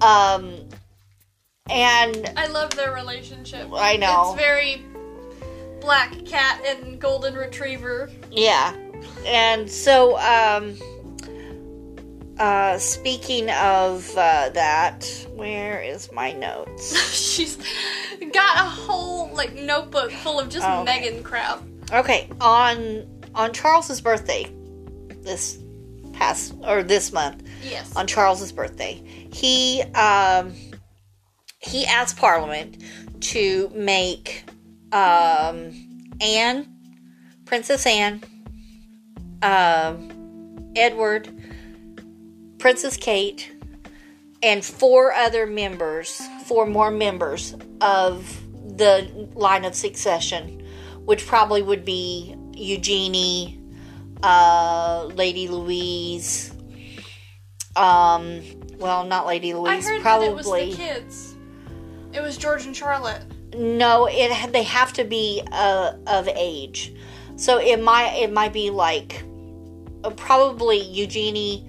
B: Um, and
A: I love their relationship.
B: I know.
A: It's very black cat and golden retriever.
B: Yeah. And so, um, uh, speaking of uh, that, where is my notes?
A: She's got a whole like notebook full of just
B: Oh.
A: Megan crap.
B: Okay, on on Charles's birthday, this past or this month,
A: Yes.
B: on Charles's birthday, he um, he asked Parliament to make um, Anne, Princess Anne, um, Edward, Princess Kate, and four other members, four more members of the line of succession, which probably would be Eugenie, uh, Lady Louise. Um, well, not Lady
A: I
B: Louise.
A: heard
B: probably
A: that it was the kids. It was George and Charlotte.
B: no, it they have to be uh, of age, so it might it might be like uh, probably Eugenie.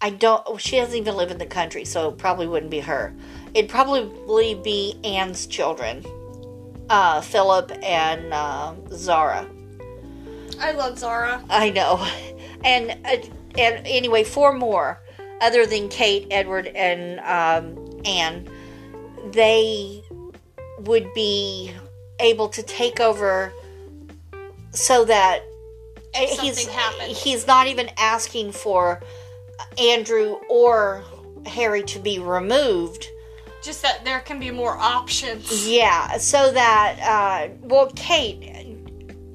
B: I don't. She doesn't even live in the country, so it probably wouldn't be her. It'd probably be Anne's children, uh, Philip and uh, Zara.
A: I love Zara.
B: I know, and uh, and anyway, four more other than Kate, Edward, and um, Anne, they would be able to take over, so that uh, he's
A: Something happens.
B: he's not even asking for Andrew or Harry to be removed.
A: Just that there can be more options.
B: Yeah, so that uh, well, Kate,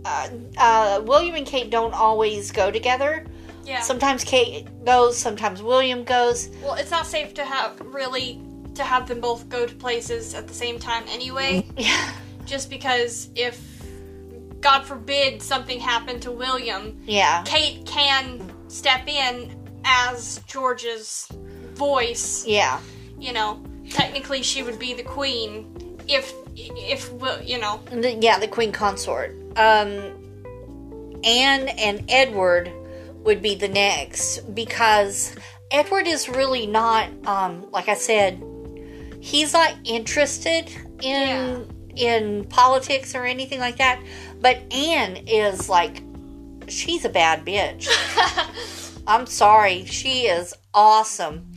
B: uh, uh, William and Kate don't always go together.
A: Yeah.
B: Sometimes Kate goes, sometimes William goes.
A: well, it's not safe to have really to have them both go to places at the same time anyway.
B: Yeah.
A: Just because if God forbid something happened to William,
B: Yeah.
A: Kate can step in as George's voice.
B: Yeah.
A: You know, technically she would be the queen if if Wil- you know.
B: The, yeah, the queen consort. Um Anne and Edward would be the next because Edward is really not um like I said he's not interested in in politics or anything like that, but Anne is like she's a bad bitch. I'm sorry, she is awesome,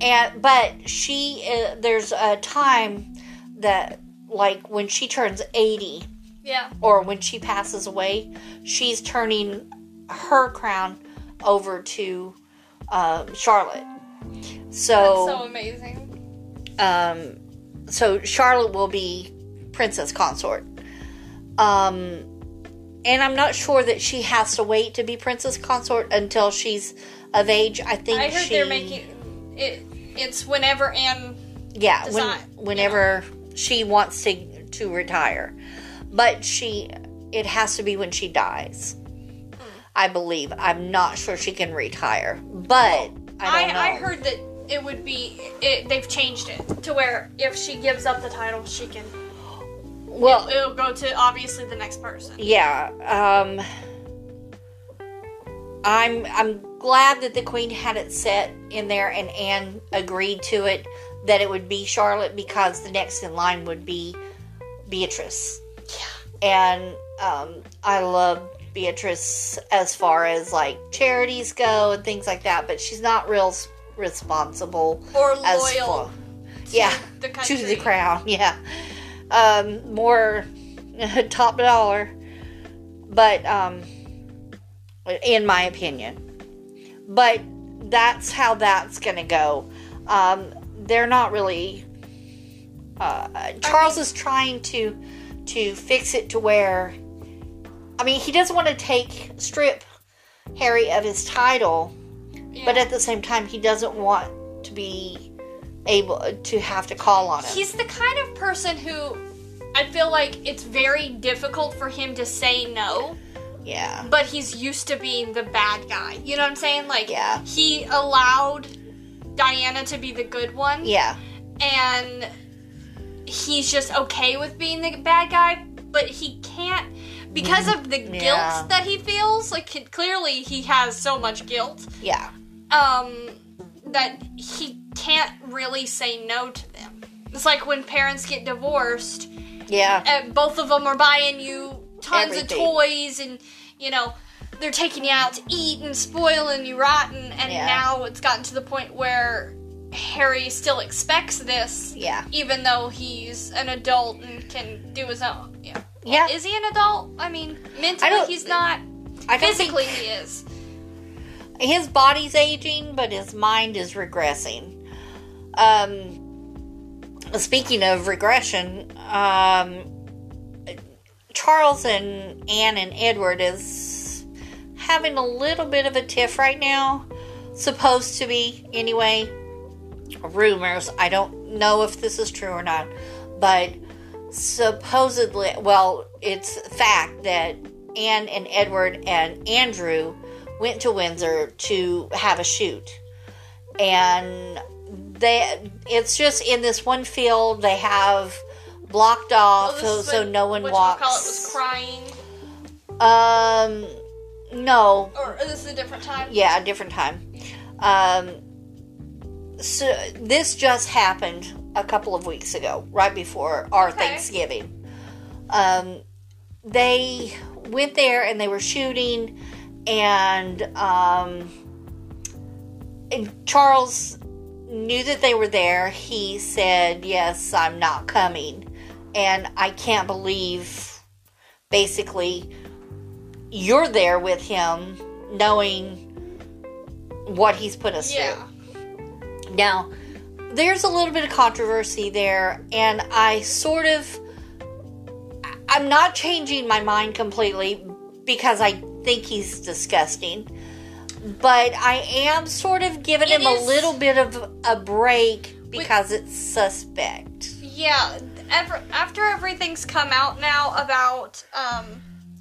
B: and but she uh, there's a time that like when she turns 80
A: Yeah.
B: or when she passes away, she's turning her crown over to um, Charlotte.
A: That's
B: So,
A: so amazing.
B: um, so Charlotte will be princess consort. Um, and I'm not sure that she has to wait to be princess consort until she's of age. I think
A: I heard
B: she,
A: they're making it. It's whenever Anne.
B: yeah when,
A: design, you
B: whenever she wants to to retire but she it has to be when she dies
A: Hmm.
B: i believe i'm not sure she can retire but i
A: I
B: don't know
A: I, heard that it would be. It, they've changed it to where if she gives up the title, she can.
B: well
A: It'll go to obviously the next person.
B: yeah um I'm I'm glad that the queen had it set in there and Anne agreed to it that it would be Charlotte because the next in line would be Beatrice. And um, I love Beatrice as far as like charities go and things like that, but she's not real s- responsible
A: Or
B: as
A: loyal.
B: far- yeah
A: the
B: to
A: country.
B: the crown. Yeah, um, more top dollar, but um, in my opinion, but that's how that's gonna go. Um, they're not really. Uh, Charles is trying to to fix it to where, I mean, he doesn't want to take strip Harry of his title,
A: Yeah.
B: but at the same time, he doesn't want to be able to have to call on him.
A: he's the kind of person who I feel like it's very difficult for him to say no,
B: Yeah.
A: but he's used to being the bad guy. You know what I'm saying? Like
B: Yeah.
A: he allowed Diana to be the good one
B: Yeah.
A: and he's just okay with being the bad guy, but he can't because of the
B: Mm-hmm. Yeah.
A: guilt that he feels. Like c- clearly he has so much guilt
B: Yeah.
A: um, that he can't really say no to them. It's like when parents get divorced,
B: Yeah.
A: and both of them are buying you tons
B: Everything.
A: of toys, and you know they're taking you out to eat and spoiling you rotten. And
B: Yeah.
A: now it's gotten to the point where Harry still expects this,
B: Yeah.
A: even though he's an adult and can do his own. Yeah.
B: Yeah.
A: Is he an adult? I mean, mentally
B: don't-
A: he's not.
B: I don't
A: Physically he is.
B: think his body's aging, but his mind is regressing. Um, speaking of regression, um, Charles and Anne and Edward is having a little bit of a tiff right now. Supposed to be, anyway. Rumors. I don't know if this is true or not, but supposedly, well, it's fact that Anne and Edward and Andrew went to Windsor to have a shoot, and they it's just in this one field they have blocked
A: Well,
B: off
A: this is
B: so, so
A: when-
B: no one
A: which
B: walks.
A: We'll call it was crying,
B: Um, no,
A: or this is a different time.
B: yeah, a different time. Um, so this just happened a couple of weeks ago, right before our
A: Okay.
B: Thanksgiving. Um, they went there and they were shooting, and um, and Charles knew that they were there. He said, "Yes, I'm not coming," and I can't believe, basically, you're there with him, knowing what he's put us through.
A: Yeah.
B: Now, there's a little bit of controversy there, and I sort of. I- I'm not changing my mind completely because I think he's disgusting, but I am sort of giving
A: It
B: him a
A: is-
B: little bit of a break because it's suspect.
A: Yeah, ever, after everything's come out now about um,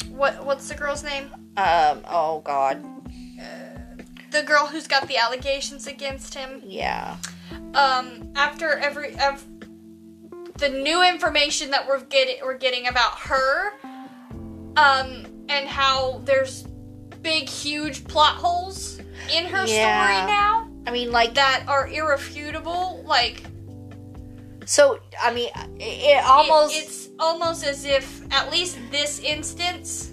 A: what what's the girl's name?
B: Um, oh god.
A: The girl who's got the allegations against him.
B: Yeah.
A: Um, after every of the new information that we're getting we're getting about her, um, and how there's big huge plot holes in her
B: Yeah.
A: story now
B: I mean, like,
A: that are irrefutable. Like
B: so, I mean, it almost.
A: It- it's almost as if at least this instance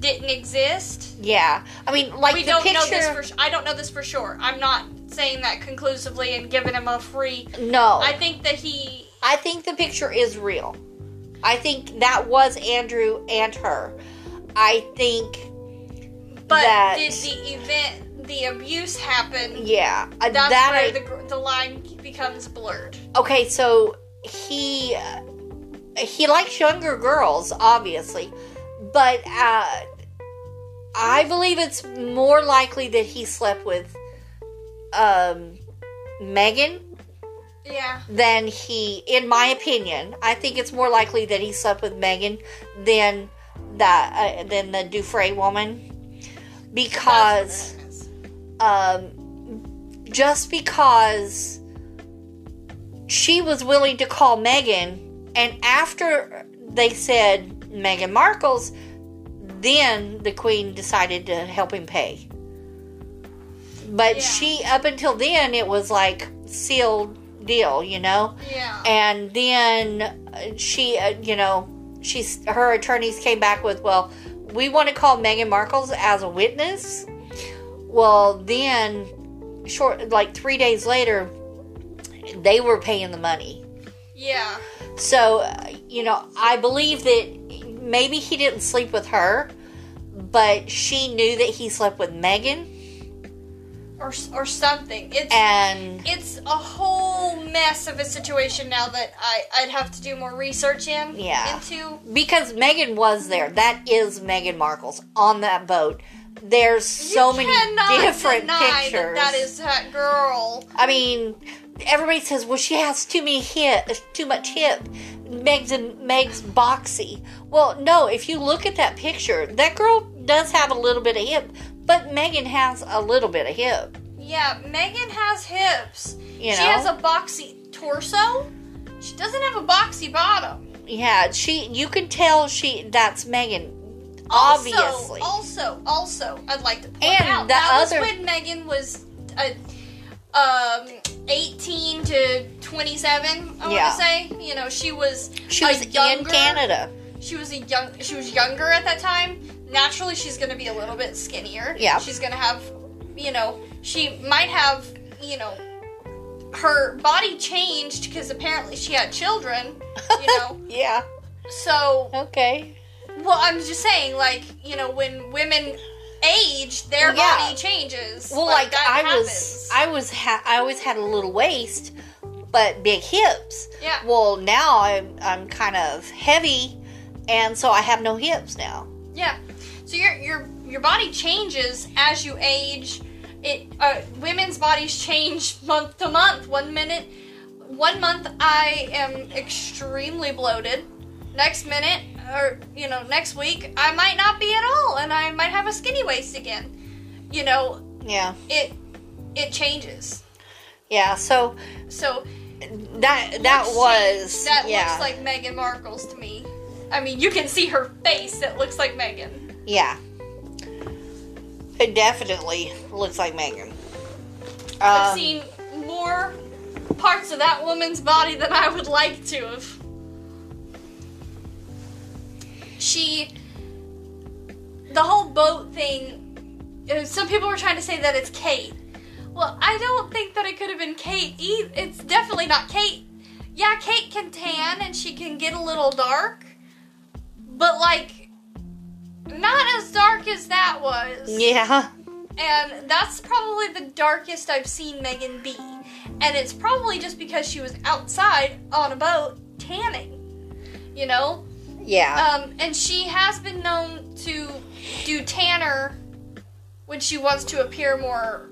A: didn't exist.
B: yeah. I mean, like,
A: we
B: the
A: don't
B: picture.
A: know this for. su- I don't know this for sure. I'm not saying that conclusively and giving him a free.
B: no.
A: I think that he.
B: I think the picture is real. I think that was Andrew and her. I think,
A: But
B: That-
A: did the event, the abuse happen?
B: yeah, uh,
A: That's
B: that
A: where
B: I-
A: the gr- the line becomes blurred.
B: okay. So he uh, he likes younger girls, obviously, but uh, I believe it's more likely that he slept with um, Megan
A: Yeah.
B: than he, in my opinion, I think it's more likely that he slept with Megan than that uh, than the Dufresne woman because.
A: That's what it is.
B: um, just because she was willing to call Megan, and after they said Meghan Markle's, then the Queen decided to help him pay. But
A: Yeah.
B: she, up until then, it was like sealed deal, you know?
A: Yeah.
B: And then uh, she, uh, you know, she's her attorneys came back with, well, we want to call Meghan Markle's as a witness. Well, then, short like three days later, they were paying the money.
A: yeah.
B: So, uh, you know, I believe that maybe he didn't sleep with her, but she knew that he slept with Megan,
A: Or, s- or something. It's
B: and
A: it's a whole mess of a situation now that I I'd have to do more research in.
B: Yeah.
A: Into.
B: because Megan was there, that is Megan Markle's on that boat. There's so
A: You
B: many
A: cannot
B: different
A: deny that
B: pictures.
A: that is that girl.
B: I mean, everybody says, "Well, she has too many hip, too much hip." Meg's Meg's boxy. Well, no. If you look at that picture, that girl does have a little bit of hip, but Megan has a little bit of hip.
A: Yeah, Megan has hips.
B: You know,
A: She has a boxy torso. She doesn't have a boxy bottom.
B: yeah. She, you can tell she that's Megan,
A: Also-
B: obviously.
A: Also, also, I'd like to point
B: And
A: out
B: the
A: that
B: other-
A: was when Megan was uh, um, 18 to 27. I
B: Yeah.
A: want to say, you know, she was
B: she
A: a
B: was in
A: younger-
B: Canada.
A: She was a young. She was younger at that time. Naturally, she's going to be a little bit skinnier.
B: Yeah.
A: She's going to have, you know, she might have, you know, her body changed because apparently she had children. You know,
B: Yeah.
A: so
B: Okay.
A: well, I'm just saying, like, you know, when women age, their
B: Well, yeah.
A: body changes.
B: Well, like,
A: that
B: I was,
A: happens.
B: I was, ha- I always had a little waist, but big hips.
A: yeah.
B: Well, now I'm I'm kind of heavy, and so I have no hips now.
A: Yeah. So your your your body changes as you age. It uh, women's bodies change month to month. One minute, one month I am extremely bloated. Next minute, or you know, next week I might not be at all, and I might have a skinny waist again. You know,
B: Yeah,
A: it it changes.
B: yeah. So
A: So
B: that that
A: looks-
B: was
A: that
B: yeah,
A: looks like Meghan Markle's to me. I mean, you can see her face. It looks like Meghan.
B: yeah. It definitely looks like Megan.
A: I've
B: Um,
A: seen more parts of that woman's body than I would like to have. She. The whole boat thing. uh, Some people were trying to say that it's Kate. Well, I don't think that it could have been Kate. eith- It's definitely not Kate. Yeah, Kate can tan and she can get a little dark, but like, not as dark as that was.
B: yeah,
A: And that's probably the darkest I've seen Megan be. And it's probably just because she was outside on a boat tanning. You know?
B: yeah,
A: Um, and she has been known to do tanner when she wants to appear more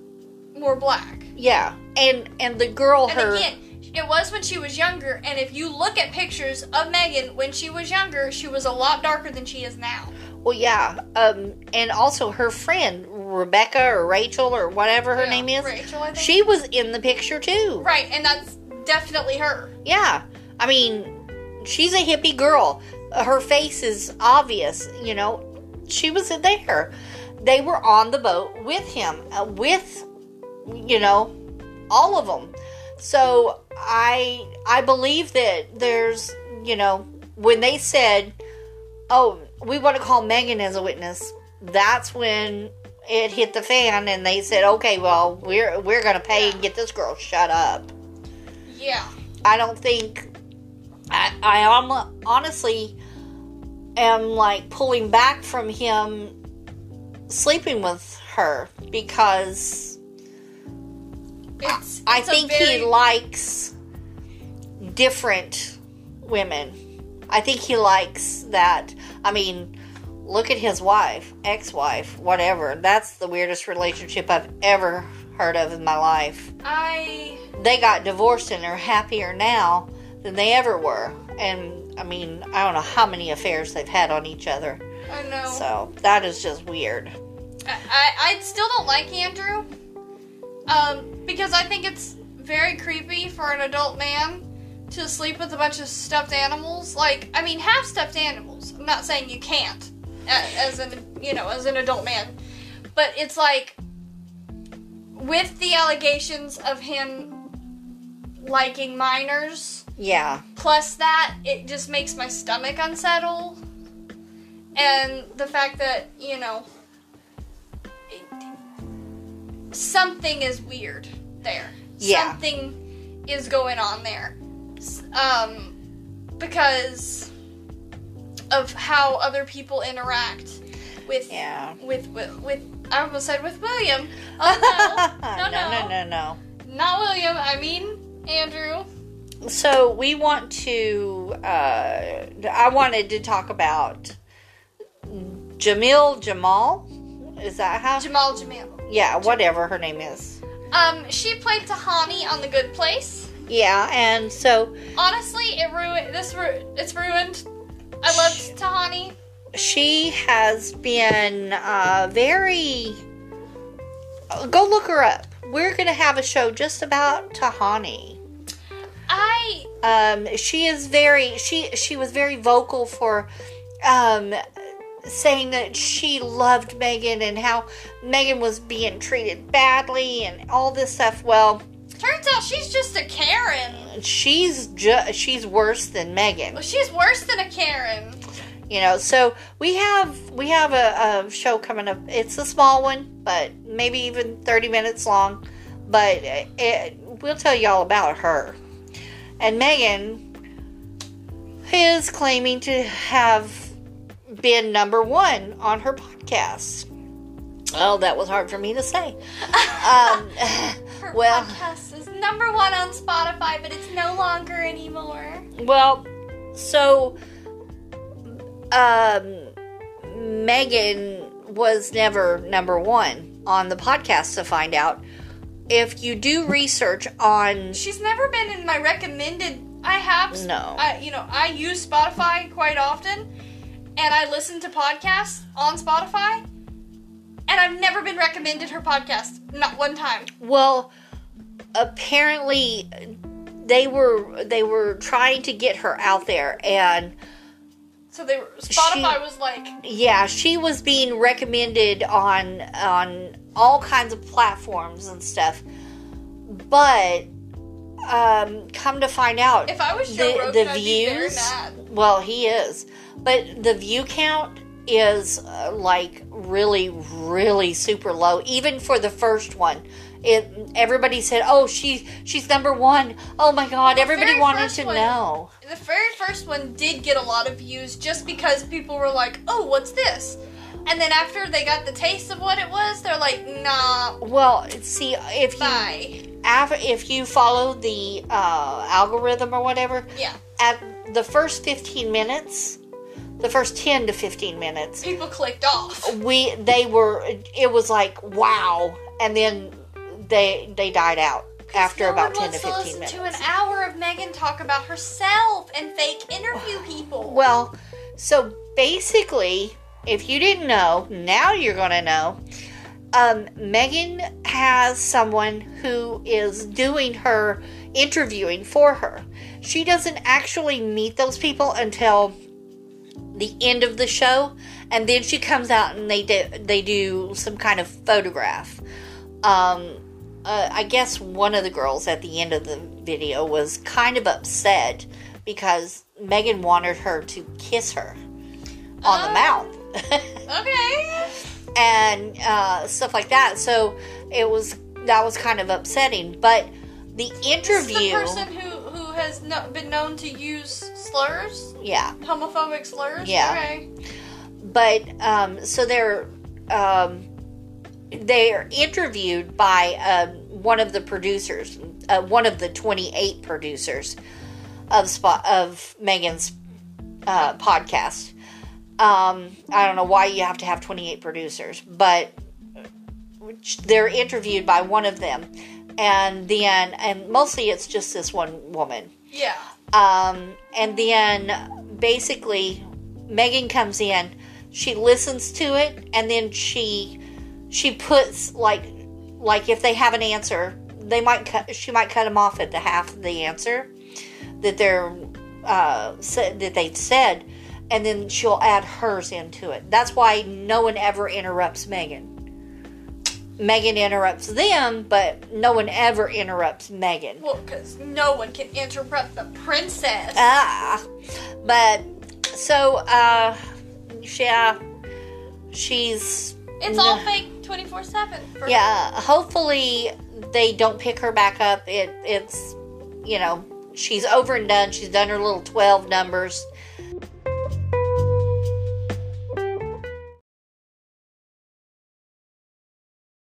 A: more black.
B: yeah. And and the girl
A: And
B: her
A: again, it was when she was younger, and if you look at pictures of Megan when she was younger, she was a lot darker than she is now.
B: well yeah um and also her friend Rebecca or Rachel or whatever her
A: Yeah,
B: name is
A: Rachel, I think.
B: she was in the picture too
A: Right, and that's definitely her.
B: Yeah. I mean, she's a hippie girl. Her face is obvious, you know. She was there. They were on the boat with him, uh, with you know, all of them. So I I believe that there's, you know, when they said, "Oh, we want to call Megan as a witness." That's when it hit the fan and they said, "Okay, well, we're we're going to pay and get this girl shut up."
A: Yeah.
B: I don't think I, I am honestly am like pulling back from him sleeping with her because
A: It's,
B: I
A: it's a
B: think
A: very-
B: he likes different women. I think he likes that. I mean, look at his wife, ex-wife, whatever. That's the weirdest relationship I've ever heard of in my life.
A: I
B: they got divorced and are happier now than they ever were. And I mean, I don't know how many affairs they've had on each other.
A: I know.
B: So that is just weird.
A: I, I I still don't like Andrew. Um, because I think it's very creepy for an adult man to sleep with a bunch of stuffed animals. Like, I mean, have stuffed animals. I'm not saying you can't, a- as an you know, as an adult man, but it's like, with the allegations of him liking minors,
B: Yeah.
A: plus that, it just makes my stomach unsettle. And the fact that, you know, it- something is weird there.
B: Yeah.
A: Something is going on there. S- Um, because of how other people interact with
B: Yeah.
A: with with, with I almost said with William. Oh no,
B: no, no, no, no.
A: no, not William. I mean Andrew.
B: So we want to. Uh, I wanted to talk about Jamil Jamal. Is that how?
A: Jamal Jamil.
B: yeah, whatever her name is.
A: Um, she played Tahani on The Good Place.
B: Yeah, and so
A: Honestly, it ruined this. Ru- it's ruined. I loved Tahani.
B: she has been uh, very. Go look her up. We're gonna have a show just about Tahani.
A: I
B: um, she is very she she was very vocal for um, saying that she loved Megan and how Megan was being treated badly and all this stuff. Well,
A: turns out she's just a Karen.
B: she's ju- she's worse than Megan,
A: Well, she's worse than a Karen.
B: you know. So we have we have a, a show coming up. It's a small one, but maybe even thirty minutes long. But it, we'll tell y'all about her and Megan. is claiming to have been number one on her podcast. Oh, that was hard for me to say. Um,
A: Her
B: Well-
A: podcast is number one on Spotify, but it's no longer anymore.
B: well, so um, Megan was never number one on the podcast to find out. If you do research on
A: She's never been in my recommended. I have
B: No.
A: I you know I use Spotify quite often, and I listen to podcasts on Spotify, and I've never been recommended her podcast. Not one time.
B: Well, apparently they were they were trying to get her out there and
A: So they were, Spotify was like,
B: yeah, she was being recommended on on all kinds of platforms and stuff. But um come to find out
A: if I was Joe
B: the
A: Rogan,
B: the
A: I'd be very
B: views
A: mad.
B: well, he is. But the view count is uh, like really really super low even for the first one. It everybody said, "Oh, she she's number 1." Oh my god, everybody
A: very
B: wanted
A: first
B: to
A: one-
B: know.
A: The very first one did get a lot of views just because people were like, "Oh, what's this?" And then after they got the taste of what it was, they're like, "Nah,
B: Well, see if you
A: bye."
B: af- if you follow the uh, algorithm or whatever,
A: Yeah,
B: at the first 15 minutes, the first 10 to 15 minutes,
A: people clicked off.
B: we they were it was like wow, and then they they died out after
A: No
B: about
A: one
B: 10 to
A: wants listen
B: 15 minutes.
A: To an hour of Megan talk about herself and fake interview people.
B: Well, so basically, if you didn't know, now you're going to know. Um, Megan has someone who is doing her interviewing for her. She doesn't actually meet those people until the end of the show, and then she comes out and they do, they do some kind of photograph. Um, uh, I guess one of the girls at the end of the video was kind of upset because Megan wanted her to kiss her on the
A: Oh.
B: mouth
A: Okay.
B: and uh, stuff like that. So it was that was kind of upsetting. But the
A: This is
B: interview,
A: The person who who has no, been known to use slurs,
B: yeah,
A: homophobic slurs.
B: Yeah.
A: Okay.
B: but um, so they're um, they're interviewed by um, one of the producers, uh, one of the twenty eight producers of spot of Megan's uh, podcast. Um, I don't know why you have to have twenty eight producers, but which they're interviewed by one of them, and then and mostly it's just this one woman.
A: Yeah.
B: Um, and then basically, Megan comes in, she listens to it, and then she she puts like like if they have an answer, they might cut she might cut them off at the half of the answer that they're uh, said, that they said, and then she'll add hers into it. That's why no one ever interrupts Megan. Megan interrupts them, but no one ever interrupts Megan.
A: Well, because no one can interrupt the princess.
B: Ah, but so uh, yeah, she's
A: it's all fake 24 7.
B: yeah. Hopefully they don't pick her back up. It it's you know she's over and done. She's done her little twelve numbers.